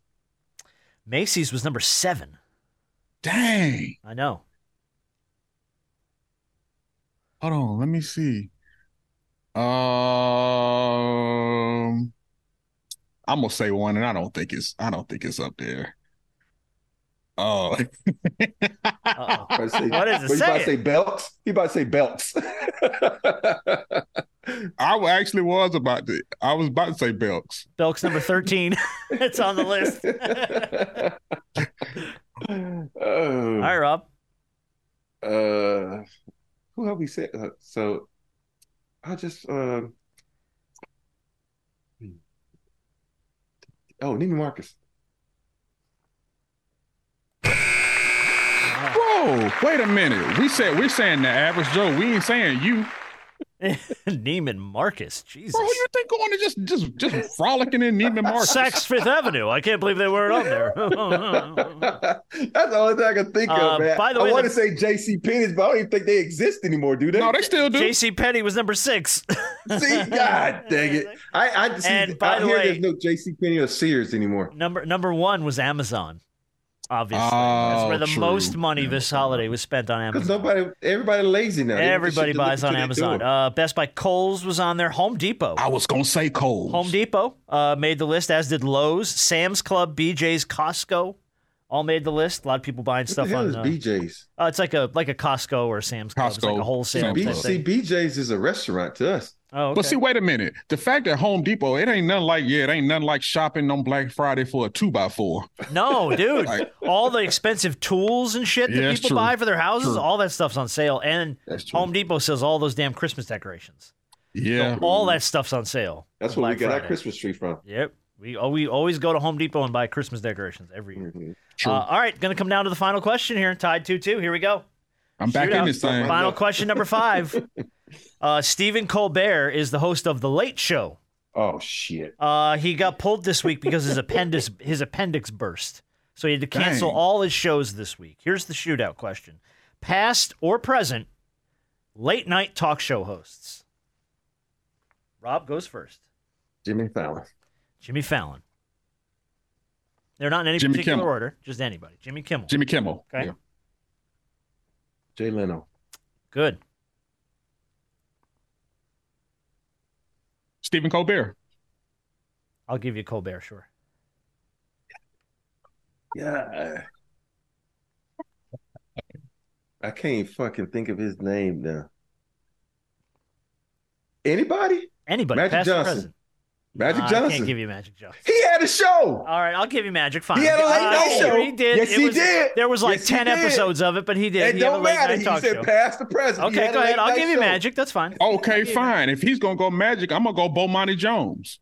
[SPEAKER 4] Macy's was number seven.
[SPEAKER 3] Dang.
[SPEAKER 4] I know.
[SPEAKER 3] Hold on, let me see. Um, I'm gonna say one, and I don't think it's I don't think it's up there. Oh,
[SPEAKER 4] Uh-oh.
[SPEAKER 5] About to say-
[SPEAKER 4] What is it?
[SPEAKER 5] You about
[SPEAKER 4] Say
[SPEAKER 5] to
[SPEAKER 4] it.
[SPEAKER 5] say belts? You about to say belts?
[SPEAKER 3] I wa- actually was about to. I was about to say Belks.
[SPEAKER 4] Belk's number thirteen. it's on the list.
[SPEAKER 5] oh,
[SPEAKER 4] All right, Rob.
[SPEAKER 5] uh, movie said. Uh, so I just uh, hmm. oh Neiman Marcus.
[SPEAKER 3] Whoa, wait a minute. We said we're saying the average Joe. We ain't saying you.
[SPEAKER 4] Neiman Marcus, Jesus.
[SPEAKER 3] Bro, who you think going to just just just frolicking in Neiman Marcus?
[SPEAKER 4] Saks Fifth Avenue. I can't believe they weren't on there.
[SPEAKER 5] That's the only thing I can think
[SPEAKER 4] Uh,
[SPEAKER 5] of, man.
[SPEAKER 4] by the
[SPEAKER 5] I
[SPEAKER 4] way,
[SPEAKER 5] want to
[SPEAKER 4] the-
[SPEAKER 5] say J.C. Penney's, but I don't even think they exist anymore, do they?
[SPEAKER 3] No, they still do.
[SPEAKER 4] JC Penny was number six.
[SPEAKER 5] See, God dang it! I, I see,
[SPEAKER 4] And by
[SPEAKER 5] out
[SPEAKER 4] the
[SPEAKER 5] here,
[SPEAKER 4] way-
[SPEAKER 5] there's no J.C. Penney or Sears anymore.
[SPEAKER 4] number number one was Amazon. Obviously, that's
[SPEAKER 5] Oh,
[SPEAKER 4] where the
[SPEAKER 5] true.
[SPEAKER 4] most money this holiday was spent on Amazon.
[SPEAKER 5] Because nobody, everybody lazy now. They want this
[SPEAKER 4] Everybody
[SPEAKER 5] shit to look
[SPEAKER 4] buys
[SPEAKER 5] at
[SPEAKER 4] on
[SPEAKER 5] you, they
[SPEAKER 4] Amazon.
[SPEAKER 5] do it.
[SPEAKER 4] Uh, Best Buy, Kohl's was on there. Home Depot.
[SPEAKER 3] I was gonna say Cole.
[SPEAKER 4] Home Depot uh, made the list, as did Lowe's, Sam's Club, BJ's, Costco, all made the list. A lot of people buying
[SPEAKER 5] What
[SPEAKER 4] stuff
[SPEAKER 5] the hell
[SPEAKER 4] on
[SPEAKER 5] is
[SPEAKER 4] uh,
[SPEAKER 5] BJ's?
[SPEAKER 4] uh, it's like a like a Costco or Sam's Club. It's like a
[SPEAKER 3] Costco,
[SPEAKER 4] wholesale
[SPEAKER 3] Sam's
[SPEAKER 4] type
[SPEAKER 3] Club.
[SPEAKER 4] thing.
[SPEAKER 5] See, BJ's is a restaurant to us.
[SPEAKER 4] Oh, okay.
[SPEAKER 3] But see, wait a minute. The fact that Home Depot, it ain't nothing like yeah, it ain't nothing like shopping on Black Friday for a two by four.
[SPEAKER 4] no, dude,
[SPEAKER 3] Like-
[SPEAKER 4] all the expensive tools and shit that
[SPEAKER 3] Yeah, that's
[SPEAKER 4] people
[SPEAKER 3] true.
[SPEAKER 4] buy for their houses,
[SPEAKER 3] True.
[SPEAKER 4] all that stuff's on sale. And Home Depot sells all those damn Christmas decorations.
[SPEAKER 3] Yeah,
[SPEAKER 4] All that stuff's on sale.
[SPEAKER 5] That's
[SPEAKER 4] on
[SPEAKER 5] where we
[SPEAKER 4] Black
[SPEAKER 5] got our
[SPEAKER 4] Friday.
[SPEAKER 5] Christmas tree from.
[SPEAKER 4] Yep. We, al- we always go to Home Depot and buy Christmas decorations every year.
[SPEAKER 5] Mm-hmm.
[SPEAKER 4] Uh, all right, going to come down to the final question here. Tied 2 2. Here we go.
[SPEAKER 3] I'm back in
[SPEAKER 4] Shootout.
[SPEAKER 3] this thing.
[SPEAKER 4] Final question number five. Uh, Stephen Colbert is the host of The Late Show.
[SPEAKER 5] Oh shit!
[SPEAKER 4] Uh, he got pulled this week because his appendix his appendix burst, so he had to cancel
[SPEAKER 3] Dang.
[SPEAKER 4] all his shows this week. Here's the shootout question: Past or present, late night talk show hosts. Rob goes first.
[SPEAKER 5] Jimmy Fallon.
[SPEAKER 4] Jimmy Fallon. They're not in any
[SPEAKER 3] Jimmy
[SPEAKER 4] particular
[SPEAKER 3] Kimmel.
[SPEAKER 4] order, just anybody. Jimmy Kimmel.
[SPEAKER 3] Jimmy Kimmel.
[SPEAKER 4] Okay.
[SPEAKER 3] Yeah.
[SPEAKER 5] Jay Leno.
[SPEAKER 4] Good.
[SPEAKER 3] Stephen Colbert.
[SPEAKER 4] I'll give you Colbert, sure.
[SPEAKER 5] Yeah. I can't fucking think of his name now. Anybody?
[SPEAKER 4] Anybody.
[SPEAKER 5] Magic
[SPEAKER 4] past or
[SPEAKER 5] Johnson.
[SPEAKER 4] present.
[SPEAKER 5] Magic
[SPEAKER 4] Nah, I
[SPEAKER 5] Johnson.
[SPEAKER 4] can't give you Magic Johnson.
[SPEAKER 5] he had a show.
[SPEAKER 4] All right, I'll give you Magic. Fine.
[SPEAKER 5] He had a late
[SPEAKER 4] Uh,
[SPEAKER 5] night
[SPEAKER 4] sure,
[SPEAKER 5] show.
[SPEAKER 4] He did.
[SPEAKER 5] Yes,
[SPEAKER 4] It
[SPEAKER 5] he
[SPEAKER 4] was-
[SPEAKER 5] did.
[SPEAKER 4] There was like
[SPEAKER 5] Yes, he
[SPEAKER 4] ten
[SPEAKER 5] did.
[SPEAKER 4] episodes of it, but he did.
[SPEAKER 5] It
[SPEAKER 4] he had a
[SPEAKER 5] don't
[SPEAKER 4] late
[SPEAKER 5] matter.
[SPEAKER 4] night
[SPEAKER 5] He
[SPEAKER 4] talk
[SPEAKER 5] said
[SPEAKER 4] show.
[SPEAKER 5] past the present. He
[SPEAKER 4] Okay,
[SPEAKER 5] had a
[SPEAKER 4] go ahead.
[SPEAKER 5] late
[SPEAKER 4] I'll
[SPEAKER 5] night
[SPEAKER 4] give you
[SPEAKER 5] show. Oh.
[SPEAKER 4] Magic. That's fine.
[SPEAKER 3] Okay, fine. If he's gonna go Magic, I'm gonna go Bomani Jones.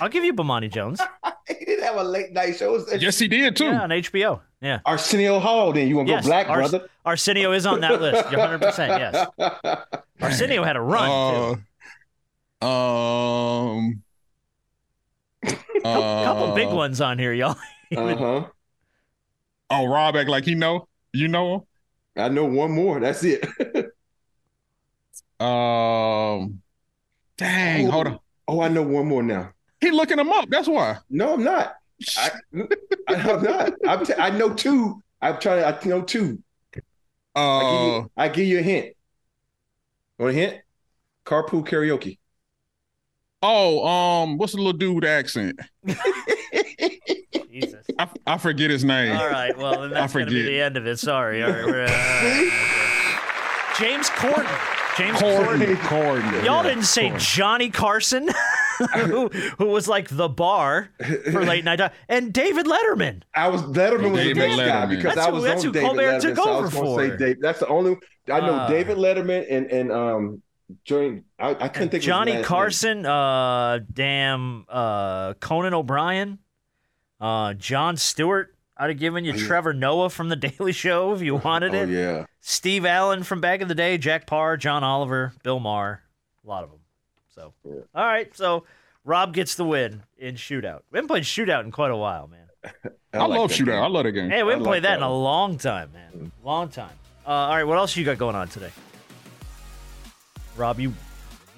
[SPEAKER 4] I'll give you Bomani Jones.
[SPEAKER 5] He didn't have a late night show. It was-
[SPEAKER 3] Yes, he did too.
[SPEAKER 4] Yeah, on HBO. Yeah.
[SPEAKER 5] Arsenio Hall. Then you want to
[SPEAKER 4] Yes,
[SPEAKER 5] go black,
[SPEAKER 4] Ars-
[SPEAKER 5] brother?
[SPEAKER 4] Arsenio is on that list. 100. percent Yes. Arsenio had a run.
[SPEAKER 5] Oh,
[SPEAKER 4] too.
[SPEAKER 3] Uh,
[SPEAKER 5] oh.
[SPEAKER 3] um.
[SPEAKER 4] A couple big ones on here, y'all.
[SPEAKER 5] Uh huh.
[SPEAKER 3] Oh, Rob act like he know. You know
[SPEAKER 5] I know one more. That's it.
[SPEAKER 3] him. Um. Dang. Hold on.
[SPEAKER 5] Oh, I know one more now.
[SPEAKER 3] He looking him up. That's why.
[SPEAKER 5] No, I'm not. I, I'm not. I'm t- I know two. I'm trying. I know two. I give,
[SPEAKER 3] Uh.
[SPEAKER 5] you, I give you a hint. Want a hint? Carpool karaoke.
[SPEAKER 3] Oh. Um. What's the little dude with the accent?
[SPEAKER 4] Jesus.
[SPEAKER 3] I, I forget his name.
[SPEAKER 4] All right. Well, then
[SPEAKER 3] I
[SPEAKER 4] that's going to be
[SPEAKER 3] forget.
[SPEAKER 4] the end of it. Sorry. All right. we're, uh, James Corden. James Corden.
[SPEAKER 3] Corden. Corden.
[SPEAKER 4] Y'all
[SPEAKER 3] Yeah,
[SPEAKER 4] didn't say
[SPEAKER 3] Corden.
[SPEAKER 4] Johnny Carson, who, who was like the bar for late night, di- and David Letterman.
[SPEAKER 5] I was Letterman was the
[SPEAKER 3] David
[SPEAKER 5] best guy
[SPEAKER 3] Letterman.
[SPEAKER 5] because
[SPEAKER 4] That's
[SPEAKER 5] I
[SPEAKER 4] who-
[SPEAKER 5] was
[SPEAKER 4] that's
[SPEAKER 5] on
[SPEAKER 4] who
[SPEAKER 5] David
[SPEAKER 4] Colbert
[SPEAKER 5] Letterman.
[SPEAKER 4] took
[SPEAKER 5] so I
[SPEAKER 4] over
[SPEAKER 5] was gonna
[SPEAKER 4] for.
[SPEAKER 5] say Dave. That's the only I know
[SPEAKER 4] Ah.
[SPEAKER 5] David Letterman and and um during I, I couldn't think of his last
[SPEAKER 4] Johnny
[SPEAKER 5] name.
[SPEAKER 4] Carson, uh, damn, uh, Conan O'Brien, uh, John Stewart. I'd have given you Trevor Noah from The Daily Show if you wanted
[SPEAKER 5] Oh
[SPEAKER 4] it.
[SPEAKER 5] yeah.
[SPEAKER 4] Steve Allen from back in the day, Jack Parr, John Oliver, Bill Maher, a lot of them. So, all right, so Rob gets the win in shootout. We haven't played shootout in quite a while, man.
[SPEAKER 3] I,
[SPEAKER 5] like
[SPEAKER 3] love
[SPEAKER 5] that
[SPEAKER 3] shootout.
[SPEAKER 5] game.
[SPEAKER 3] I love the game.
[SPEAKER 4] Hey, we haven't
[SPEAKER 5] like
[SPEAKER 4] played that,
[SPEAKER 5] that
[SPEAKER 4] in a long time, man. Long time. Uh, all right, what else you got going on today, Rob? You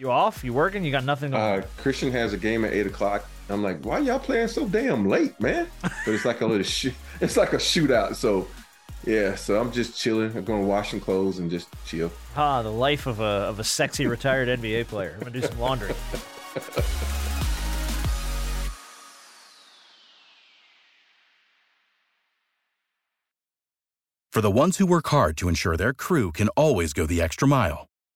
[SPEAKER 4] you off? You working? You got nothing? Going
[SPEAKER 5] Uh, Christian has a game at eight o'clock. I'm like, why y'all playing so damn late, man? But it's like a little shoot. It's like a shootout. So yeah. So I'm just chilling. I'm gonna wash some clothes and just chill.
[SPEAKER 4] Ah, the life of a of a sexy retired NBA player. I'm gonna do some laundry.
[SPEAKER 13] For the ones who work hard to ensure their crew can always go the extra mile,